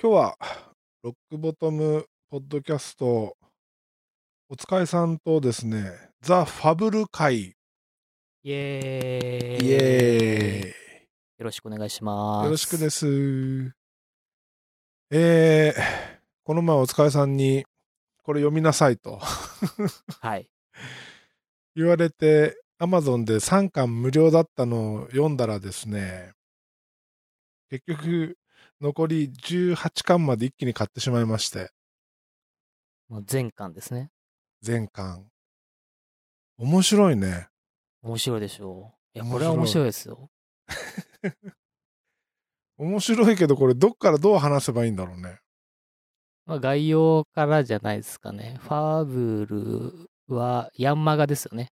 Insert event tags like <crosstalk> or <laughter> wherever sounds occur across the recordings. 今日は、ロックボトムポッドキャスト、おつかいさんとですね、ザ・ファブル会、イエーイイエーイ、よろしくお願いします。よろしくです。えー、この前おつかいさんに、これ読みなさいと <laughs> はい。言われて、Amazon で3巻無料だったのを読んだらですね、結局、残り18巻まで一気に買ってしまいまして、もう全巻ですね。全巻。面白いね。面白いでしょう。いや、面白いこれは面白いですよ。面白いけど、これどっからどう話せばいいんだろうね。まあ、概要からじゃないですかね。ファブルはヤンマガですよね。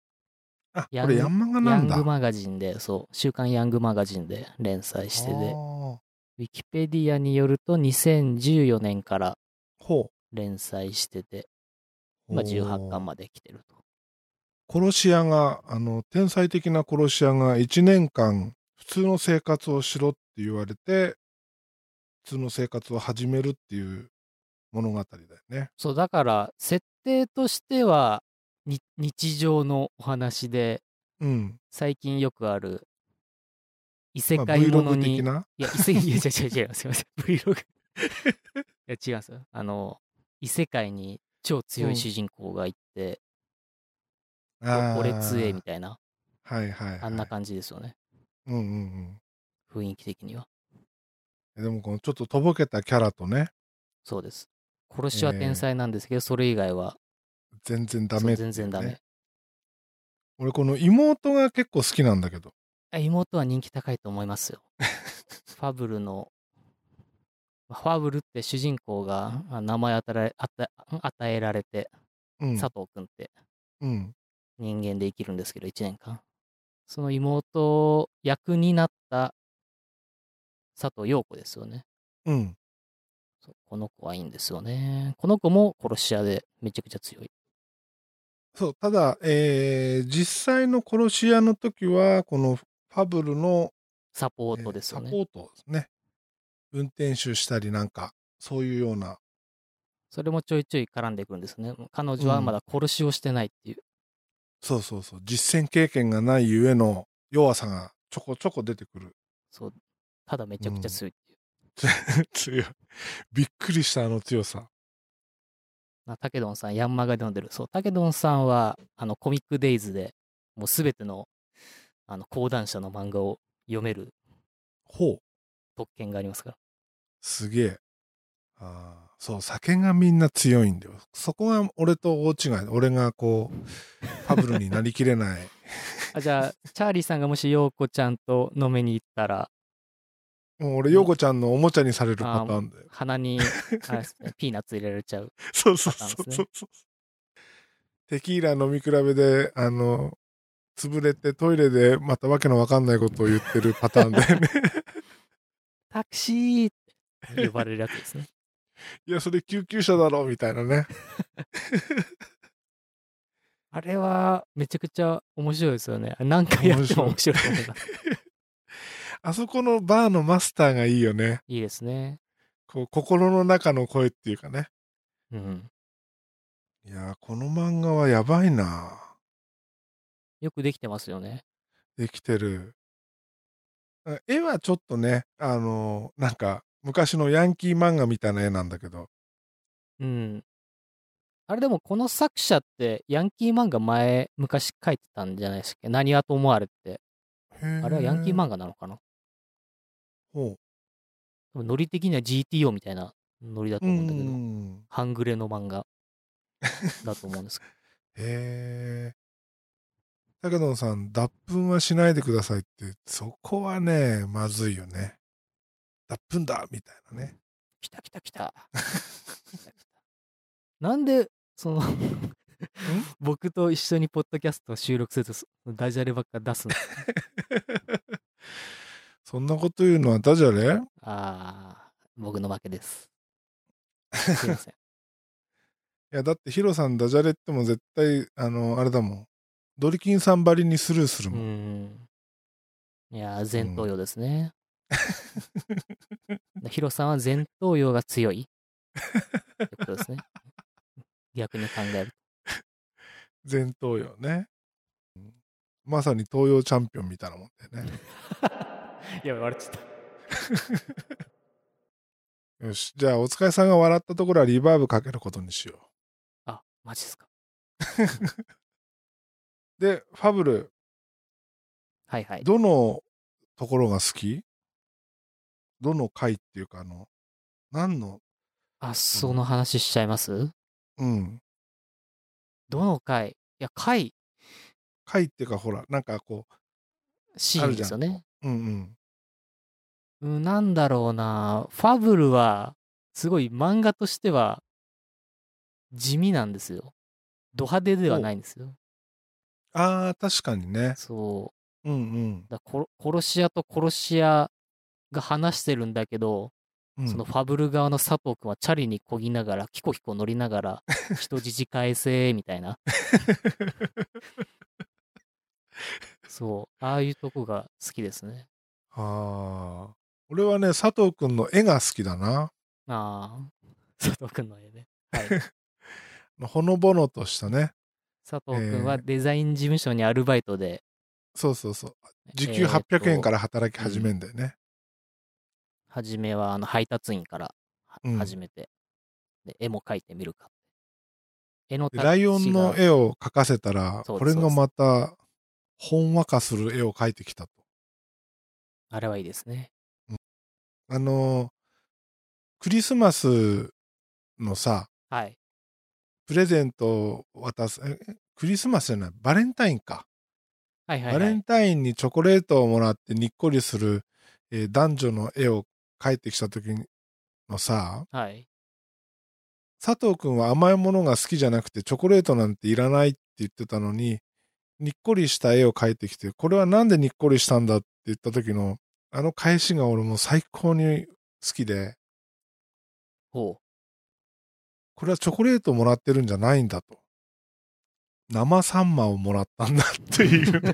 あ、ヤこンれヤンマガヤなんンだ。グマガジンで、そう、週刊ヤングマガジンで連載してあで、ーウィキペディアによると2014年からほ連載してて、う。まあ、18巻まで来てると。殺し屋が、あの、天才的な殺し屋が1年間普通の生活をしろって言われて、普通の生活を始めるっていう物語だよね。そう、だから、設定としては、に日常のお話で、うん。最近よくある異世まあ界もの Vlog に、的な。いや異世界 <laughs> いや違う違う違うすいません Vlog <laughs> いや違うんですよあの異世界に超強い主人公がいて、あー俺強えみたいなはいはい、はい。あんな感じですよねうんうんうん雰囲気的にはえ。でも、このちょっととぼけたキャラとね、そうです殺しはえー天才なんですけど、それ以外は全然ダそうメっていう全然ダメね俺この妹が結構好きなんだけどあ妹は人気高いと思いますよファブルのファブルって主人公があ名前与えられ与え与えられて、うん佐藤君ってうん人間で生きるんですけど、1年間。その妹役になった佐藤陽子ですよね。うんそうこの子はいいんですよね。この子も殺し屋でめちゃくちゃ強い。そうただえー実際の殺し屋の時はこのファブルのサポートですよえね。ーサポートですね運転手したりなんかそういうようなそれもちょいちょい絡んでくるんですね。彼女はまだ殺しをしてないっていう。そうそうそう実践経験がないゆえの弱さがちょこちょこ出てくる <laughs> そう。ただめちゃくちゃ強いっていう。強いびっくりしたあの強さなタケドンさん、ヤンマガで読んでる。そう、タケドンさんは、あの、コミックデイズで、もうすべての、あの、講談社の漫画を読めるほう特権がありますから。すげえあーそう酒がみんな強いんだよそこが俺と大違い俺がこうファブルになりきれないあじゃあ、チャーリーさんがもし陽子ちゃんと飲みに行ったら、もう俺、陽子ちゃんのおもちゃにされるパターンだよ。鼻 <laughs> にあれですねピーナッツ入れられちゃう。そうそうパターンそうですねそうそう。テキーラ飲み比べで、あの、潰れてトイレでまたわけのわかんないことを言ってるパターンだよ <laughs> ね。タクシーって呼ばれるやつですね。いや、それ救急車だろ、みたいなね。あれはめちゃくちゃ面白いですよね。何回やっても面面白いと思います。あそこのバーのマスターがいいよね。 <laughs> いいですね。こう、心の中の声っていうかね。うん。いやー、この漫画はやばいなよくできてますよね。できてる。あ絵はちょっとね、あの、なんか、昔のヤンキー漫画みたいな絵なんだけど。うん。あれでもこの作者ってヤンキー漫画前昔書いてたんじゃないですか。何はと思われって。あれはヤンキー画漫画なのかなほでもノリ的には GTO みたいなノリだとう。思うんだけど。ん。半グレの漫画だと思うんですけど。へえ。だけどさん、脱粉はしないでくださいって、そこはね、まずいよね。脱粉だみたいなね。来た来た来 <laughs> た。なんで、その僕と一緒にポッドキャストを収録するとそダジャレばっか出すの。そんなこと言うのはダジャレああ、僕の負けです。すいません。いや、だってヒロさんダジャレっても絶対、あの、あれだもん。ドリキンさんばりにスルーする <laughs> うもん。ん。いやー、前頭葉ですね。でヒロさんは前頭葉が強い。ってことですね。 <laughs> 逆に考えると。前頭葉ね。うんまさに東洋チャンピオンみたいなもんだよね。や <laughs> ばい、笑っちゃった。よし。じゃあ、お疲れさんが笑ったところはリバーブかけることにしよあ、マジっすか。う。で、ファブル、はいはい。どのところが好きどの回っていうか、あの、何の、あ、その話しちゃいますうん、どの回いや、回、回っていうか、ほら、なんかこシーンですよね。う、うんうん。うん、なんだろうな。ファブルは、すごい漫画としては、地味なんですよ。ド派手ではないんですよ。ああ、確かにね。そう。うんうんだから殺殺し屋と殺し屋が話してるんだけど、うん。そのファブル側の佐藤君はチャリにこぎながら、キコキコ乗りながら、人質返せ、みたいな。 <laughs> そう。ああいうとこが好きですね。ああ。俺はね、佐藤くんの絵が好きだな。ああ。 <laughs> 佐藤君の絵ね。はい。ほのぼのとしたね。佐藤君はデザイン事務所にアルバイトで、そうそうそう。時え給ーと800円から働き始めんだよね。初めはあの配達員からはうん始めて、で絵も描いてみるか。絵のでライオンの違う絵を描かせたら、そうこですれがまた、ほんわかする絵を描いてきたと。あれはいいですね。あの、クリスマスのさ、はい。プレゼントを渡す、えクリスマスじゃない、バレンタインか。はいはい、バはレンい。タインにチョコレートをもらってにっこりする、えー男女の絵を描いてきた時のさ、はい。佐藤くんは甘いものが好きじゃなくてチョコレートなんていらないって言ってたのににっこりした絵を描いてきてこれはなんでにっこりしたんだって言った時のあの返しが俺もう最高に好きでほう。これはチョコレートをもらってるんじゃないんだと生サンマをもらったんだっていうね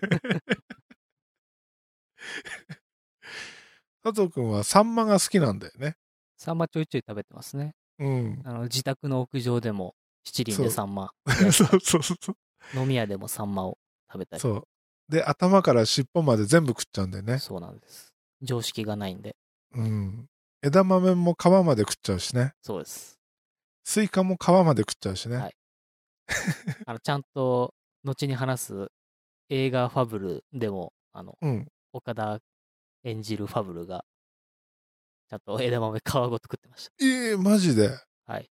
佐藤くんはサンマが好きなんだよねサンマちょいちょい食べてますね。うんあの自宅の屋上でも七輪そうでサンマ、そうそうそう飲み屋でもサンマを食べたり。そうで頭から尻尾まで全部食っちゃうんだよねそうなんです。常識がないんで。うん。枝豆も皮まで食っちゃうしね。そ <laughs> うです。スイカも皮まで食っちゃうしね。はいあのちゃんと後に話す映画ファブルでも、あのうん。岡田演じるファブルが、ちゃんと枝豆皮ごと食ってましええマジで。た。はい。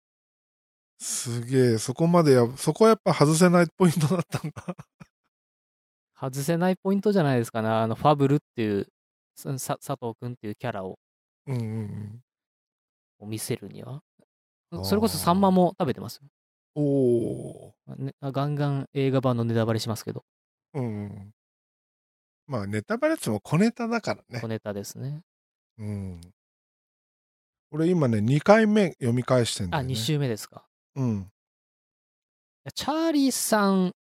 すげえ、そこまでや、そこはやっぱ外せないポイントだったんだ。外せないポイントじゃないですかね。あの、ファブルっていう、そさ佐藤くんっていうキャラをうんうんうん。を見せるには。あーそれこそサンマも食べてますよ。おお。ねガンガン映画版のネタバレしますけど、うんうん。まあ、ネタバレっつっても小ネタだからね小。ネタですね。うん。俺今ね、2回目読み返してんだあ、よ、ね。 2週目ですか。うん。いやチャーリーさん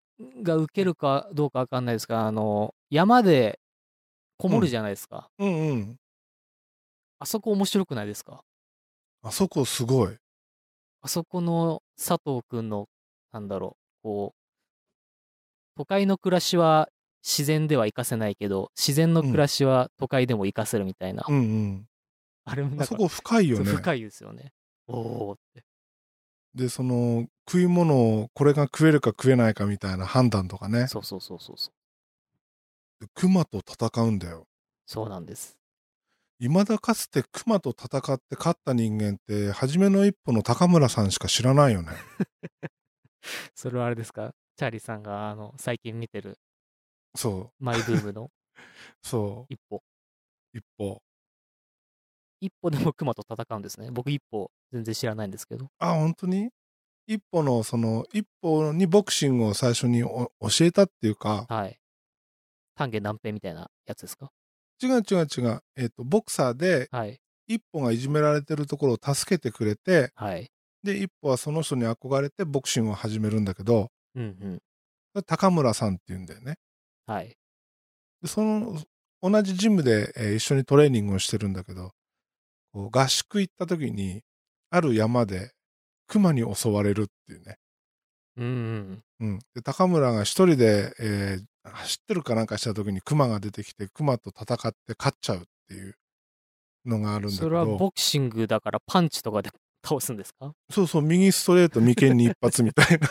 が受けるかどうかわかんないですが、あの、山でこもるじゃないですか。うんうん。あそこ面白くないですかあそこすごい。あそこの佐藤くんの、なんだろう、こう、都会の暮らしは自然では活かせないけど、自然の暮らしは都会でも活かせるみたいな。うんあれもうんなん。かあそこ深いよそうね。深いですよね。おおーって。で、その、食い物をこれが食えるか食えないかみたいな判断とかね。そうそうそうそうそう。熊と戦うんだよ。そうなんです。未だかつて熊と戦って勝った人間って、初めの一歩の高村さんしか知らないよね。それはあれですかチャーリーさんがあの最近見てるそマイブームのう。そ一歩。う。一歩。 <laughs> 一歩でも熊と戦うんですね。僕一歩全然知らないんですけど。あ、本当に一歩の、その、一歩にボクシングを最初にお教えたっていうか、はい。丹下南平みたいなやつですか違う違う違う。えっ、と、ボクサーではい。一歩がいじめられてるところを助けてくれて、はい。で、一歩はその人に憧れてボクシングを始めるんだけど、うんうん。高村さんっていうんだよね。はい。でその同じジムで、えー一緒にトレーニングをしてるんだけどこう合宿行った時に、ある山で熊に襲われるっていうね。うんうん。うん、で高村が一人で、えー走ってるかなんかした時に熊が出てきて熊と戦って勝っちゃうっていうのがあるんだけそれはどボクシングだからパンチとかで倒すんですかそうそう右ストレート眉間に一発みたいな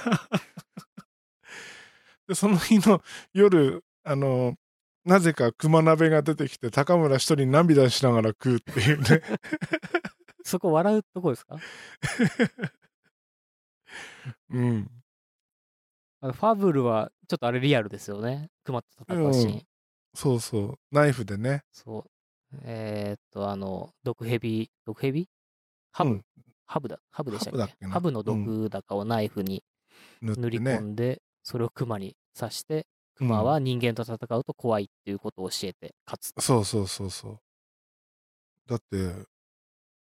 <laughs> でその日の夜あのなぜか熊鍋が出てきて高村一人涙しながら食うっていう <laughs> ねそこ笑うとこですかうんあのファブルはちょっとあれリアルですよね。熊と戦うシーン。うんそうそうナイフでねそう。えーっと、あの、毒蛇、毒蛇ハブ、うんハブだ。ハブでしたっけハブだっけなハブの毒だかをナイフに塗って塗り込ねんで、それをクマに刺して、クマは人間と戦うと怖いっていうことを教えて勝つ。そうそうそうそう。だって、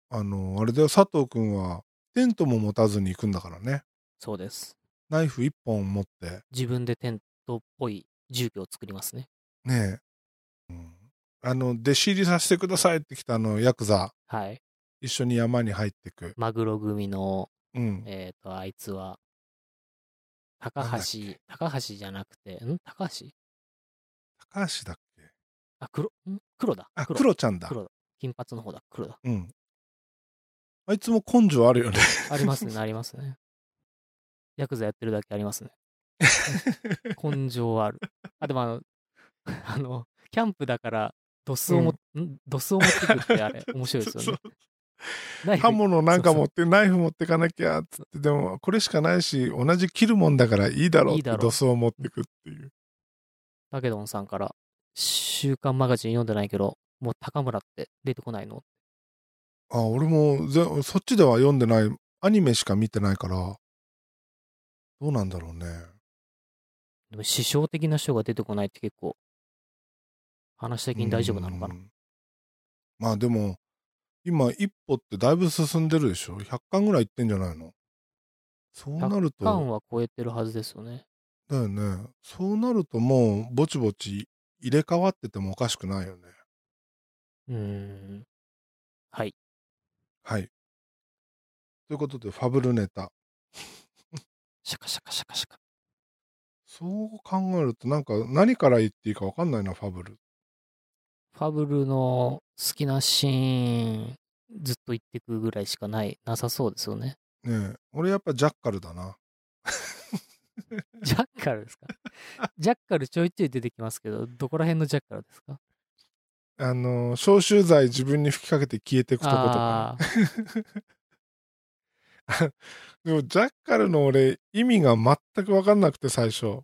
あの、あれだよ、佐藤くんは、テントも持たずに行くんだからね。そうです。ナイフ一本持って、自分でテントっぽい住居を作りますね。ねえ、うんあの、弟子入りさせてくださいって来たあの、ヤクザ、はい。一緒に山に入ってく。マグロ組の、うん。えーっと、あいつは、高なんだっ橋け、高橋じゃなくて、ん高橋高橋だっけあ、黒、ん黒だ。あ、黒ちゃんだ。黒金髪の方だ。黒だ。うん。あいつも根性あるよね。 <laughs> ありますね、ありますね。ヤクザやってるだけありますね。根性はある。あ、でもあの、 <laughs> あの、キャンプだから、ドスをも、んドスを持ってくって <laughs> あれ、面白いですよね。ナイフ刃物なんか持ってナイフ持ってかなきゃっつってでもこれしかないし同じ切るもんだからいいだろうっいいてだろう土葬を持ってくっていうタケドンさんから、週刊マガジン読んでないけど、もう高村って出てこないのあ俺もぜそっちでは読んでないアニメしか見てないからどうなんだろうねでも、師匠的な人が出てこないって結構、話的に大丈夫なのかなう。んまあでも今一歩ってだいぶ進んでるでしょ100巻ぐらいいってんじゃないのそうなると缶は超えてるはずですよね。だよねそうなるともうぼちぼち入れ替わっててもおかしくないよねうーん。はい。はいということでファブルネタシャカシャカシャカシャカ。そう考えるとなんか何から言っていいか分かんないなファブルファブルの好きなシーン、ずっと言ってくぐらいしかない、なさそうですよね。ねえ俺やっぱジャッカルだなジャッカルですかジャッカルちょいちょい出てきますけど、どこら辺のジャッカルですかあの消臭剤自分に吹きかけて消えていくとことかあーでもジャッカルの俺意味が全く分かんなくて最初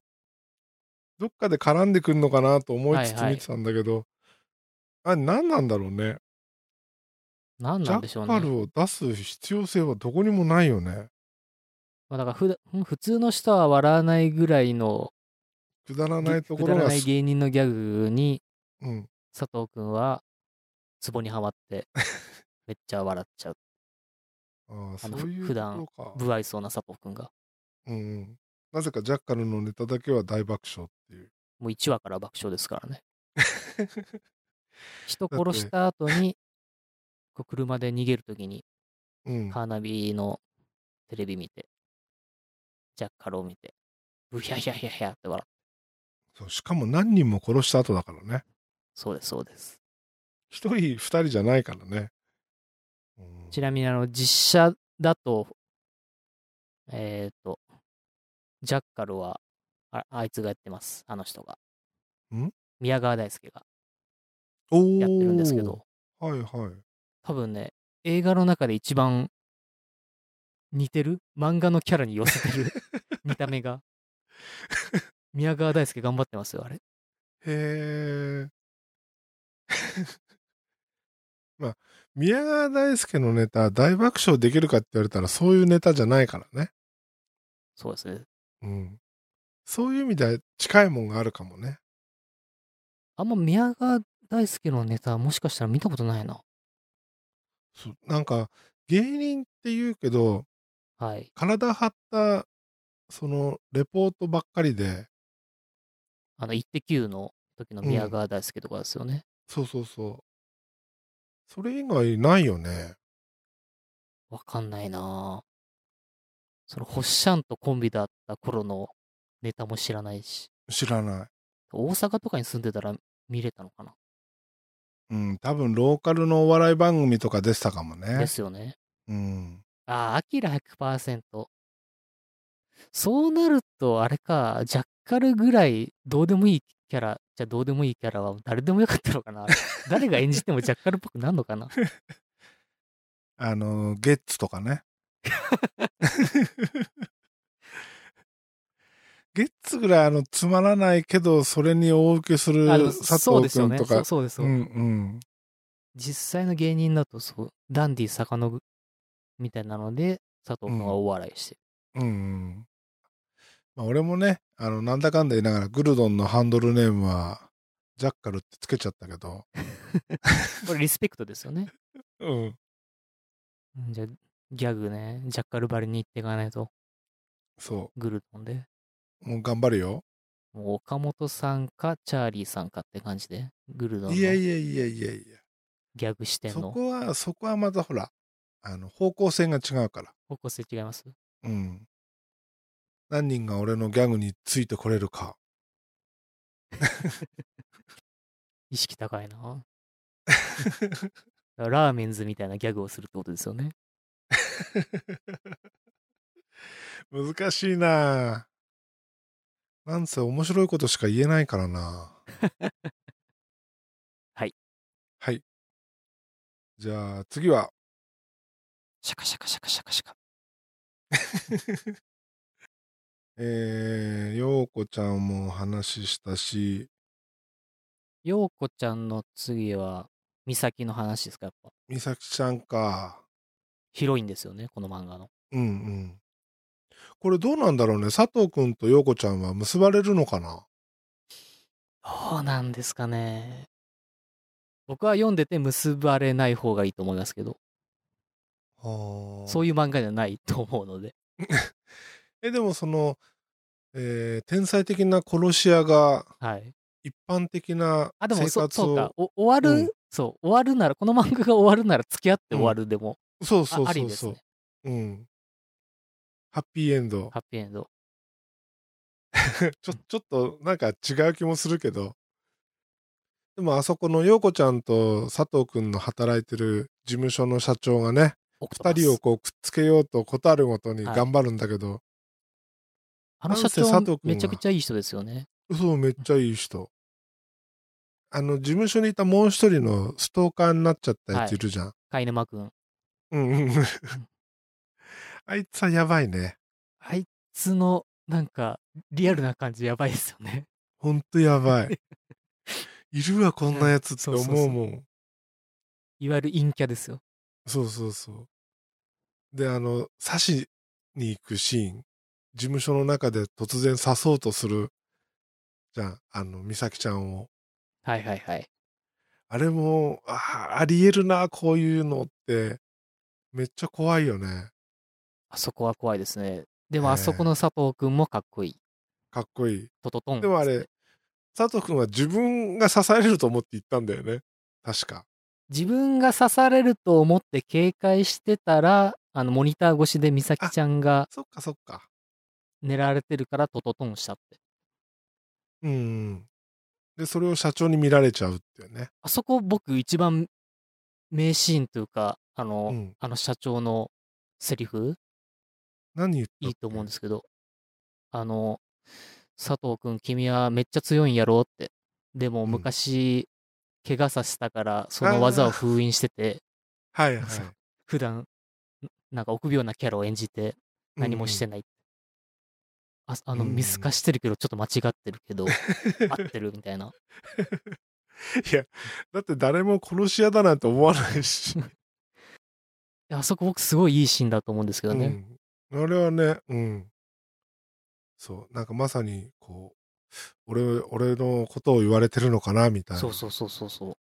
どっかで絡んでくんのかなと思いつつはいはい見てたんだけど、あれ何なんだろうね何ジなャんでしょうッカね。ルを出す必要性はどこにもないよねまあ、だからふだん普通の人は笑わないぐらいの、くだらくないとこだろらがない芸人のギャグに、うん、佐藤くんは、ツボには <laughs> まって、めっちゃ笑っちゃう。あああそのういうふ普段ことか不愛想な佐藤くんが、うんうん、なぜかジャッカルのネタだけは大爆笑っていうもう1話から爆笑ですからね。 <laughs> 人殺した後に、こう車で逃げるときに、うん、カーナビのテレビ見て、ジャッカルを見て、ブヒャヒャヒャヒャって笑って、そうしかも何人も殺した後だからねそうです、そうです。一人二人じゃないからね、うんちなみに、あの、実写だと、えっ、と、ジャッカルはあ、あいつがやってます、あの人が。ん宮川大輔がおやってるんですけど、ーはいはい多分ね、映画の中で一番似てる漫画のキャラに寄せて <laughs> る見た目が。宮川大輔頑張ってますよ、あれ。へえ <laughs> まあ宮川大輔のネタ大爆笑できるかって言われたらそういうネタじゃないからね、そうですね。うん、そういう意味では近いもんがあるかもねあんま宮川大輔のネタもしかしたら見たことないな。そうなんか芸人って言うけどはい。体張ったそのレポートばっかりであの、イッテ Q の時の宮川大輔とかですよね。そうそうそうそれ以外ないよね。わかんないなぁその、ホッシャンとコンビだった頃のネタも知らないし。知らない。大阪とかに住んでたら見れたのかな、うん、多分ローカルのお笑い番組とか出てたかもでね。すよね。うん。ああ、アキラ100%。そうなると、あれか、ジャッカルぐらい、どうでもいいキャラ、じゃあどうでもいいキャラは誰でもよかったのかな誰が演じてもジャッカルっぽくなるのかなあの、ゲッツとかね。 <laughs> ゲッツぐらいあのつまらないけどそれに大受けするあの佐そうで藤すよ君ね。とそかうそうですそうう、んうん実際の芸人だと、そう、ダンディ坂野みたいなので、佐藤君はお笑いしてる。うんうんまあ、俺もねあのなんだかんだ言いながらグルドンのハンドルネームはジャッカルってつけちゃったけど、これリスペクトですよね。うん、うんじゃあ、ギャグね、ジャッカルバリに行っていかないと、そグルトンで。うもう頑張るよもう岡本さんかチャーリーさんかって感じで、グルドンのいギやいやいやいやいャグ視や点そのこはそこはまたほらあの方向性が違うから方向性違いますうん何人が俺のギャグについてこれるか <laughs> 意識高いな。だからラーメンズみたいなギャグをするってことですよね。難しいなぁなんせ面白いことしか言えないからな <laughs> はいはいじゃあ次は <laughs> シャカシャカシャカシャカシャカ。えー、ようこちゃんもお話ししたしようこちゃんの次は、美咲の話ですか、やっぱ。みさきちゃんかヒロインですよね、この漫画の。うんうんこれどうなんだろうね佐藤くんとようこちゃんは結ばれるのかなどうなんですかね。僕は読んでて結ばれない方がいいと思いますけど、そういいう漫画じゃないと思うので。えでもその、えー天才的な殺し屋がはい。一般的なあ、でも生そ、活そうかを。お終わる、うんそう、終わるなら、この漫画が終わるなら付き合って終わるでも、そうあそうあそりうですそうね。。うん。ハッピーエンドハ。ッピーエンド。ちょ、ちょっとなんか違う気もするけど。でもあそこの陽子ちゃんと佐藤くんの働いてる事務所の社長がね、オクトパ二ス人をこうくっつけようとことあるごとにはい頑張るんだけど、あの社なんせ佐藤長君はめちゃくちゃいい人ですよね。そう、めっちゃいい人。あの、事務所にいたもう一人のストーカーになっちゃったやついるじゃん。貝沼くん。うんうんうん。あいつはやばいね。あいつのなんかリアルな感じやばいですよね。 <laughs> ほんとやばい。いるわ、こんなやつって思そうそうそううもん。いわゆる陰キャですよ。 <laughs> そうそうそう。で、あの、刺しに行くシーン、事務所の中で突然刺そうとする、じゃん、あの、美咲ちゃんを。はいはいはい。あれも、あーありえるな、こういうのって、めっちゃ怖いよね。あそこは怖いですね。えでもえあそこの佐藤くんもかっこいい。かっこいい。トトトン。でもあれ、佐藤くんは自分が刺されると思って行ったんだよね。確か。自分が刺されると思って警戒してたら、あのモニター越しで美咲ちゃんがそっかそっか。狙われてるからトトトンしたって。うんうん。で、それを社長に見られちゃうっていうね。あそこ僕一番名シーンというか、あの、うんあの社長のセリフ何言ったっけいいと思うんですけど、あの、佐藤君、君はめっちゃ強いんやろって。でも、ん昔、怪我させたから、その技を封印してて、はいはい。そう <laughs> 普段なんか臆病なキャラを演じて、何もしてない。ない。ああの、うん見透かしてるけど、ちょっと間違ってる <laughs> けど、合ってるみたいな。いや、だって誰も殺し屋だなんて思わないし。あそこ僕、すごいいいシー <laughs> ンだと思うんですけどね。うん、あれはね、うん。そう、なんかまさに、こう、俺、俺のことを言われてるのかな、みたいな。そうそうそうそうそう。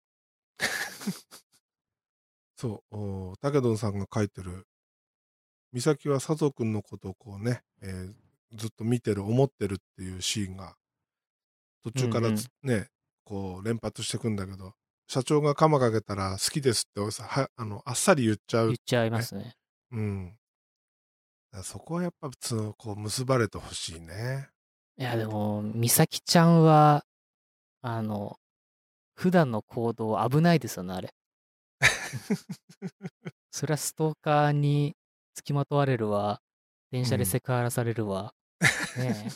そう。おタケドンさんが書いてる、美咲は佐藤君のことをこうね、えーずっと見てる、思ってるっていうシーンが、途中からつね、こう、連発してくんだけど、社長が鎌かけたら好きですってはあのあっさり言っちゃう言っ。ちゃいますね。うん。だからそこはやっぱつこう結ばれてほしいね。いや、でも、美咲ちゃんは、あの、普段の行動危ないですよね、あれ。 <laughs> そりゃストーカーに付きまとわれるわ、電車でセクハラされるわ。<laughs> ねえ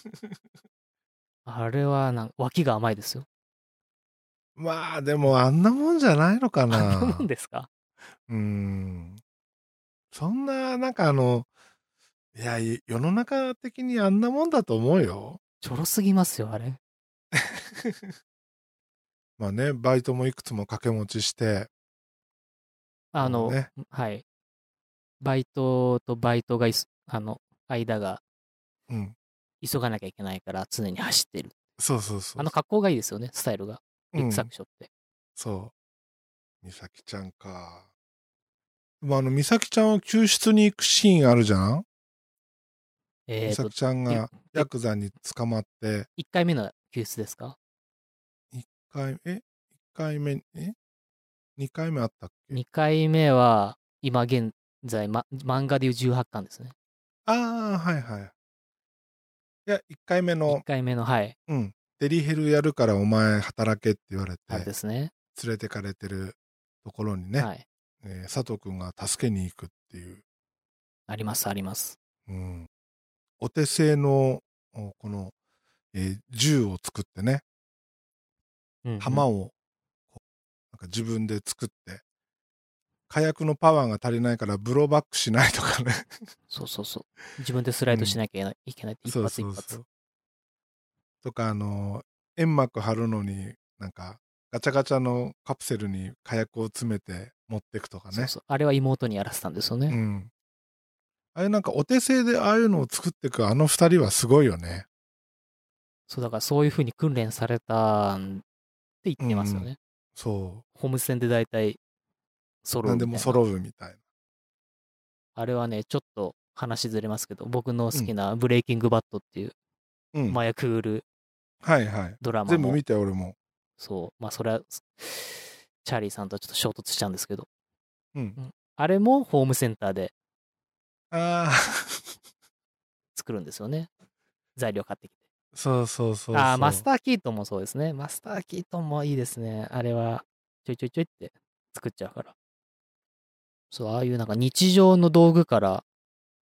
あれはなん、脇が甘いですよ。まあでもあんなもんじゃないのかあんな。なもんですかうん。そんな、なんかあの、いや、い世の中的にあんなもんだと思うよ。ちょろすぎますよ、あれ。まあね、バイトもいくつも掛け持ちして、あの、ね、はい。バイトとバイトがいす、あの、間がうん。急がなきゃいけないから常に走ってる。そうそうそう。あの格好がいいですよね、スタイルが。ビッグサクションって。そう。美咲ちゃんか。でもあの、美咲ちゃんを救出に行くシーンあるじゃん、え美ーと咲、ちゃんがえヤクザに捕まって、 1回目の救出ですか一回え一回目、え二回目あったっけ ?2 回目は、今現在、ま、漫画でいう18巻ですね。ああ、はいはい。いや、一回目の1、回目の、はい、うん。デリヘルやるからお前働けって言われて、あれ連ですね。れてかれてるところにね、はい。えー佐藤くんが助けに行くっていう、あります、あります。うん。お手製の、おこの、えー銃を作ってね、うんうん弾を、こうなんか自分で作って、火薬のパワーが足りないからブローバックしないとかね。そうそうそう。自分でスライドしなきゃいけない,、いけないって、一発一発。う。とか、あの、煙幕張るのに、なんか、ガチャガチャのカプセルに火薬を詰めて持ってくとかね。そうそうあれは妹にやらせたんですよね。うん。あれなんかお手製でああいうのを作っていくあの二人はすごいよね。そう、だからそういうふうに訓練されたんって言ってますよね。うんそホームズ戦で大体う。揃何うみでたいもな。揃うみたいな。あれはね、ちょっと話ずれますけど、僕の好きなブレイキングバットっていう、うん。まあ、ヤクールはいはい。ドラマ全部も見、て俺も。そう、まあ、それは、チャーリーさんとはちょっと衝突しちゃうんですけど、うん。あれもホームセンターでああ、作るんですよね。材料買ってきて。 <laughs> そうそうそうそう。ああ、マスターキートンもそうですね。マスターキートンもいいですね。あれは、ちょいちょいちょいって作っちゃうから。そう、ああいうなんか日常の道具から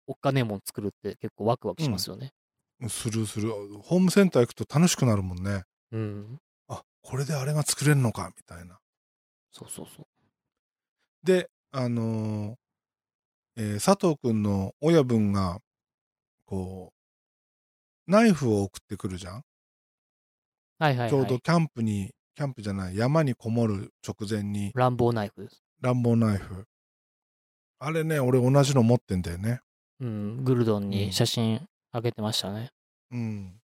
おっかねえもん作るって結構ワクワクしますよね。するする。ホームセンター行くと楽しくなるもんね。うん、あ、これであれが作れるのか、みたいな。そうそうそう。で、あのーえー佐藤くんの親分が、こう、ナイフを送ってくるじゃん、はいはい、はい。ちょうどキャンプに、キャンプじゃない、山にこもる直前に乱暴ナイフです。乱暴ナイフ。あれね、俺同じの持ってんだよね。うん、グルドンうんに写真あげてましたね。うん。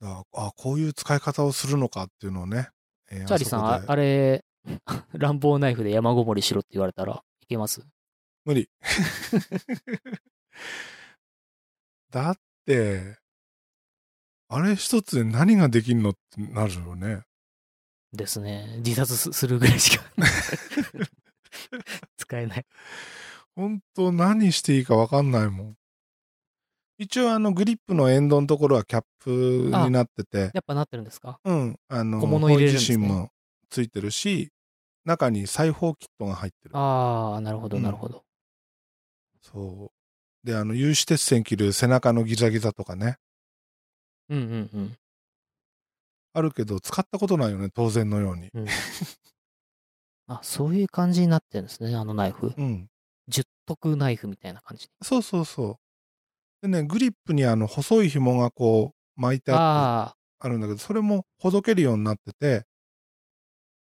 あ、あこういう使い方をするのかっていうのをね。えチャーリーさん、ああそこであ <laughs> れ、乱暴ナイフで山ごもりしろって言われたら、いけます無理。 <laughs> だって、あれ一つで何ができるのってなるよね。ですね。自殺す <laughs> するぐら <laughs> いしか使えない。ほんと何していいかわかんないもん。一応あのグリップのエンドのところはキャップになってて、やっぱなってるんですかうん、あの、小物入れるんですね本自身もついてるし、中に裁縫キットが入ってる。ああ、なるほうど、んなるほど。そう。で、あの、有刺鉄線切る背中のギザギザとかね。うんうんうん。あるけど、使ったことないよね、当然のように。うん、あ、そういう感じになってるんですね、あのナイフ。うん。十徳ナイフみたいな感じ。そうそうそう。でね、グリップにあの細い紐がこう巻いてあっああ、てあるんだけど、それもほどけるようになってて、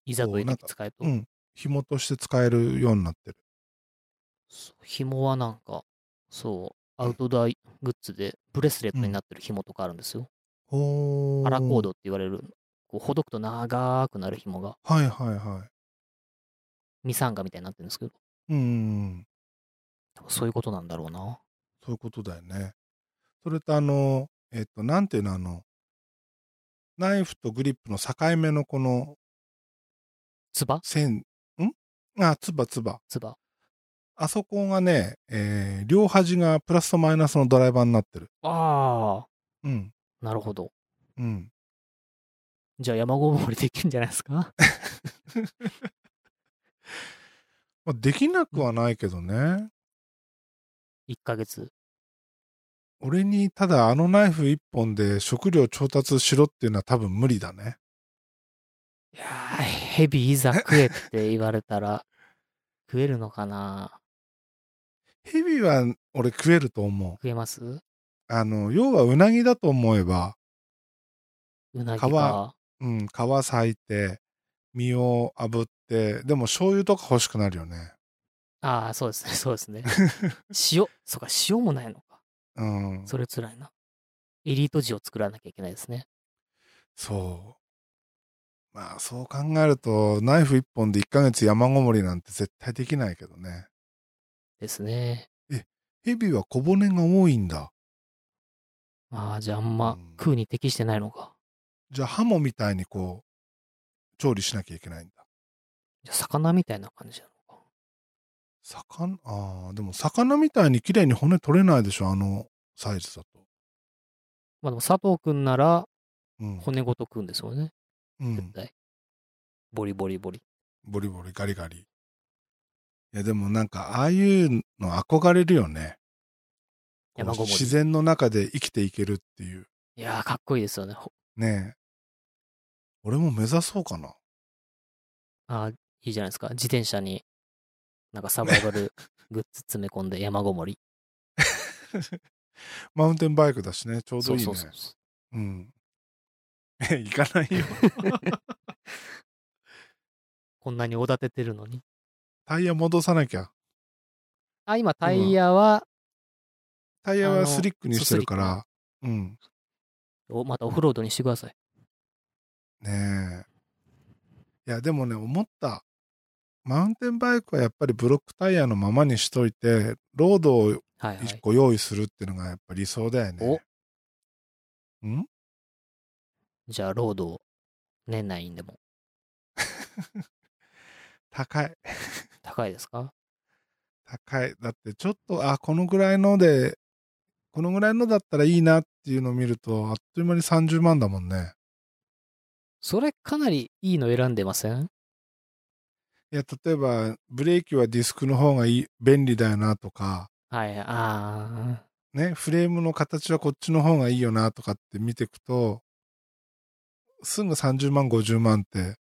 いざとそいううなん時か使えと。うん、紐として使えるようになってる。そう紐はなんか、そう、アウトドアグッズでブレスレットになってる紐とかあるんですよ。ほパラコード。ドって言われる、こう、ほどくと長くなる紐が、はいはいはミサンガみたいになってるんですけど、い。うん、そういうことなんだろうな。そういうことだよね。それとあの、えっと、なんていうの、あの、ナイフとグリップの境目のこのつば千、んあ、つばつば。つば。あそこがね、えー両端がプラスとマイナスのドライバーになってる。あうん。あ、なるほど。うん。じゃあ山ごもりできるんじゃないですかまあ、できなくはないけどね。 ?1 ヶ月。俺にただあのナイフ一本で食料調達しろっていうのは多分無理だね。いやー、ヘビいざ食えって言われたら、食えるのかなヘビは俺食えると思食えますう。あの、要はうなぎだと思えば、うなぎ皮か。うん、皮裂いて、身を炙って、でも醤油とか欲しくなるよね。ああ、そうですね、 <laughs> そうですね。塩、そうか、塩もないのか。うん。それつらいな。エリート地を作らなきゃいけないですね。そう。まあそう考えると、ナイフ一本で1ヶ月山ごもりなんて絶対できないけどね。ですね。ヘビは小骨が多いんだ。まあ、じゃああんまうん食うに適してないのか。じゃあハモみたいにこう、調理しなきゃいけないんだ。じゃあ魚みたいな感じなのか。魚、ああ、でも魚みたいに綺麗に骨取れないでしょ、あのサイズだと。まあでも佐藤くんならうん。骨ごと食うんですよね。う絶ん。対。ボリボリボリ。ボリボリガリガリ。いやでもなんかああいうの憧れるよね。こう山ごもり自然の中で生きていけるっていう。いやー、かっこいいですよね。ほねえ。俺も目指そうかな。あーいいじゃないですか。自転車に、なんかサバイバ <laughs> ルグッズ詰め込んで山ごもり。マウンテンバイクだしね、ちょうどいそういね。そうそうそうん。 <laughs> え、行かないよ。う。こんなにおだててるのに。タイヤ戻さなきゃ。あ、今タイヤは、タイヤはあのスリックにしてるから。うん。おまたオフロードにしてください。ねえ。いや、でもね、思った。マウンテンバイクはやっぱりブロックタイヤのままにしといて、ロードをはいは一い。個用意するっていうのがやっぱ理想だよね。んじゃあ、ロードを年内にでも。高い。高いですか高い。だってちょっと、あ、このぐらいので、このぐらいのだったらいいなっていうのを見ると、あっという間に30万だもんね。それかなりいいの選んでませんいや、例えば、ブレーキはディスクの方がいい、便利だよなとか、はい、あね、フレームの形はこっちの方がいいよなとかって見ていくと、すぐ30万、50万って、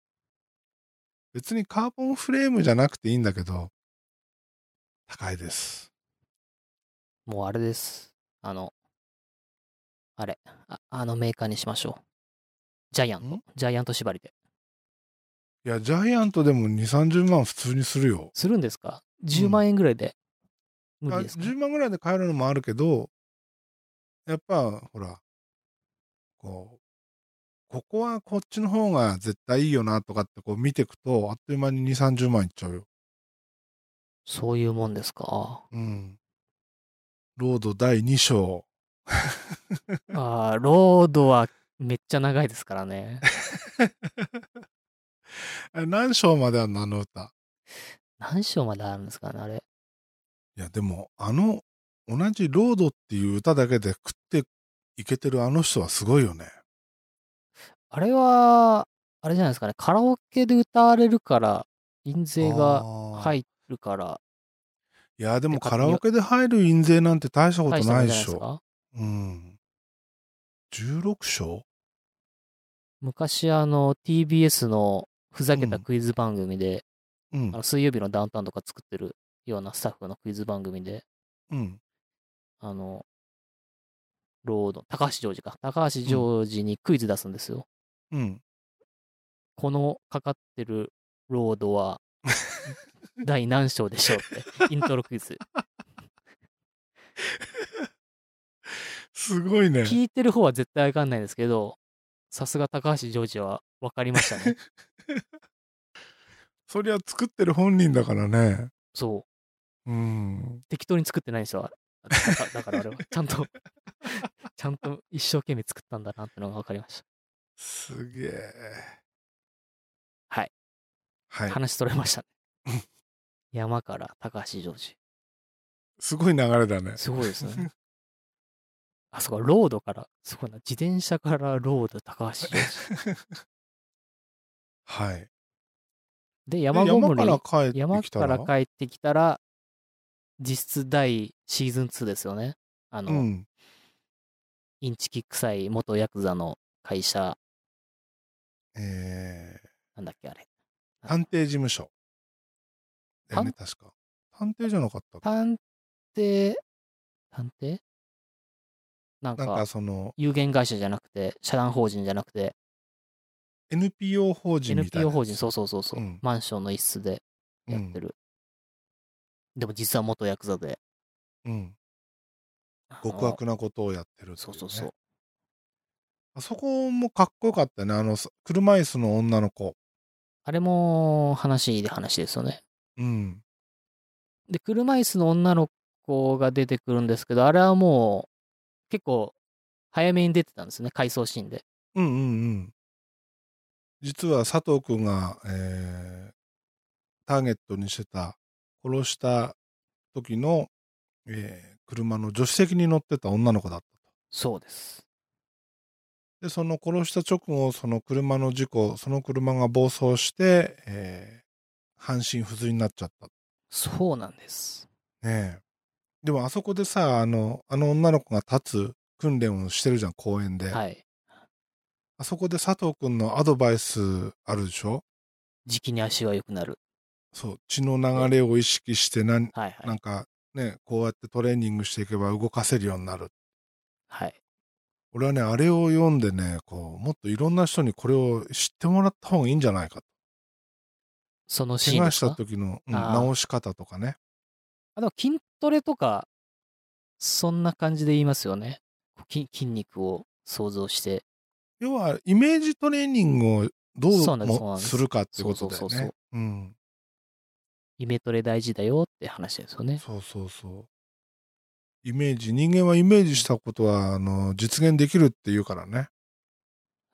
別にカーボンフレームじゃなくていいんだけど、高いです。ー、もうあれです。あの、あれ、ああのメーカーにしましょう。ジャイアントん。ジャイアント縛りで。いや、ジャイアントでも2、30万普通にするよ。するんですか ?10 万円ぐらいで。無あ理ですか10万ぐらいで買えるのもあるけど、やっぱ、ほら、こう、ここはこっちの方が絶対いいよなとかってこう見てくと、あっという間に2、30万いっちゃうよ。そういうもんですか。うん。ロード第2章。あーロードはめっちゃ長いですから <laughs> ね。あれ何章まであんのあの歌。何章まであるんですかね、あれ。いや、でも、あの、同じロードっていう歌だけで食っていけてるあの人はすごいよね。あれは、あれじゃないですかね。カラオケで歌われるから、印税がはい。入るから、いや、でもでカラオケで入る印税なんて大したこと大したもなんいじでゃないでしすょ。か。うん。16章昔あの TBS のふざけたうんクイズ番組で、うんあの。水曜日のダウンタウンとか作ってるようなスタッフのクイズ番組で、うん。あの、ロード、高橋ジョージか。高橋ジョージにクイズ出すんですよ。うん。このかかってるロードは、 <laughs> 第何章でしょうって、イントロク <laughs> イズ。すごいね。聞いてる方は絶対わかんないんですけど、さすが高橋ジョージはわかりました <laughs> ね。そりゃ作ってる本人だからね。そう。うん。適当に作ってないんですよ。あれだかだからあれは。ちゃんと、 <laughs> ちゃんと一生懸命作ったんだなってのが分かりました。すげえ。はい。はい。話それました <laughs> ね。山から高橋ジョージ。すごい流れだね。すごいです <laughs> ね。あ、そうか、ロードから、すごいな。自転車からロード高橋ジョージ。はい。で、で山ごもり山から帰っ山てきたからら。帰ってきたら、実質第シーズン2ですよね。あの、うん。インチキ臭い元ヤクザの会社、えなんだっけあれ。ー、探偵事務所。だよね、探確か。探偵じゃなかったか探偵、探偵なんなかんかその、有限会社じゃなくて、社団法人じゃなくて、 NPO 法人みたいな NPO やつ。法人、そうそうそうそう、うんマンションの一室でやってる。でも実は元ヤクザで。うん。うん。あの極悪なことをやってるっていそうそうそう。あそこもかっこよかったね。あの、そ車椅子の女の子。あれも話で話ですよね。うん。で、車椅子の女の子が出てくるんですけど、あれはもう、結構、早めに出てたんですね、回想シーンで。うんうんうん。実は佐藤くんが、えーターゲットにしてた、殺した時の、えー車の助手席に乗ってた女の子だったそうです。と。で、その殺した直後、その車の事故、その車が暴走して、えー半身不随になっちゃった。そうなんです。ねえ。でもあそこでさ、あの、あの女の子が立つ訓練をしてるじゃん、公園で。はい。あそこで佐藤くんのアドバイスあるでしょ時期に足が良くなる。そう、血の流れを意識してなん、はいなはいん。かね、こうやってトレーニングしていけば動かせるようになる。はい。俺はね、あれを読んでね、こう、もっといろんな人にこれを知ってもらった方がいいんじゃないかと。そのシ怪ーン我ですしたか。時の、うんあー直し方とかね。あでも筋トレとか、そんな感じで言いますよね。こう筋筋肉を想像して。要は、イメージトレーニングをどそううなんですそうなもんですするかっていうことだそようそうそうねそ。うん。イメトレ大事だよって話ですよね。そうそうそう。イメージ、人間はイメージしたことは、あの、実現できるっていうからね。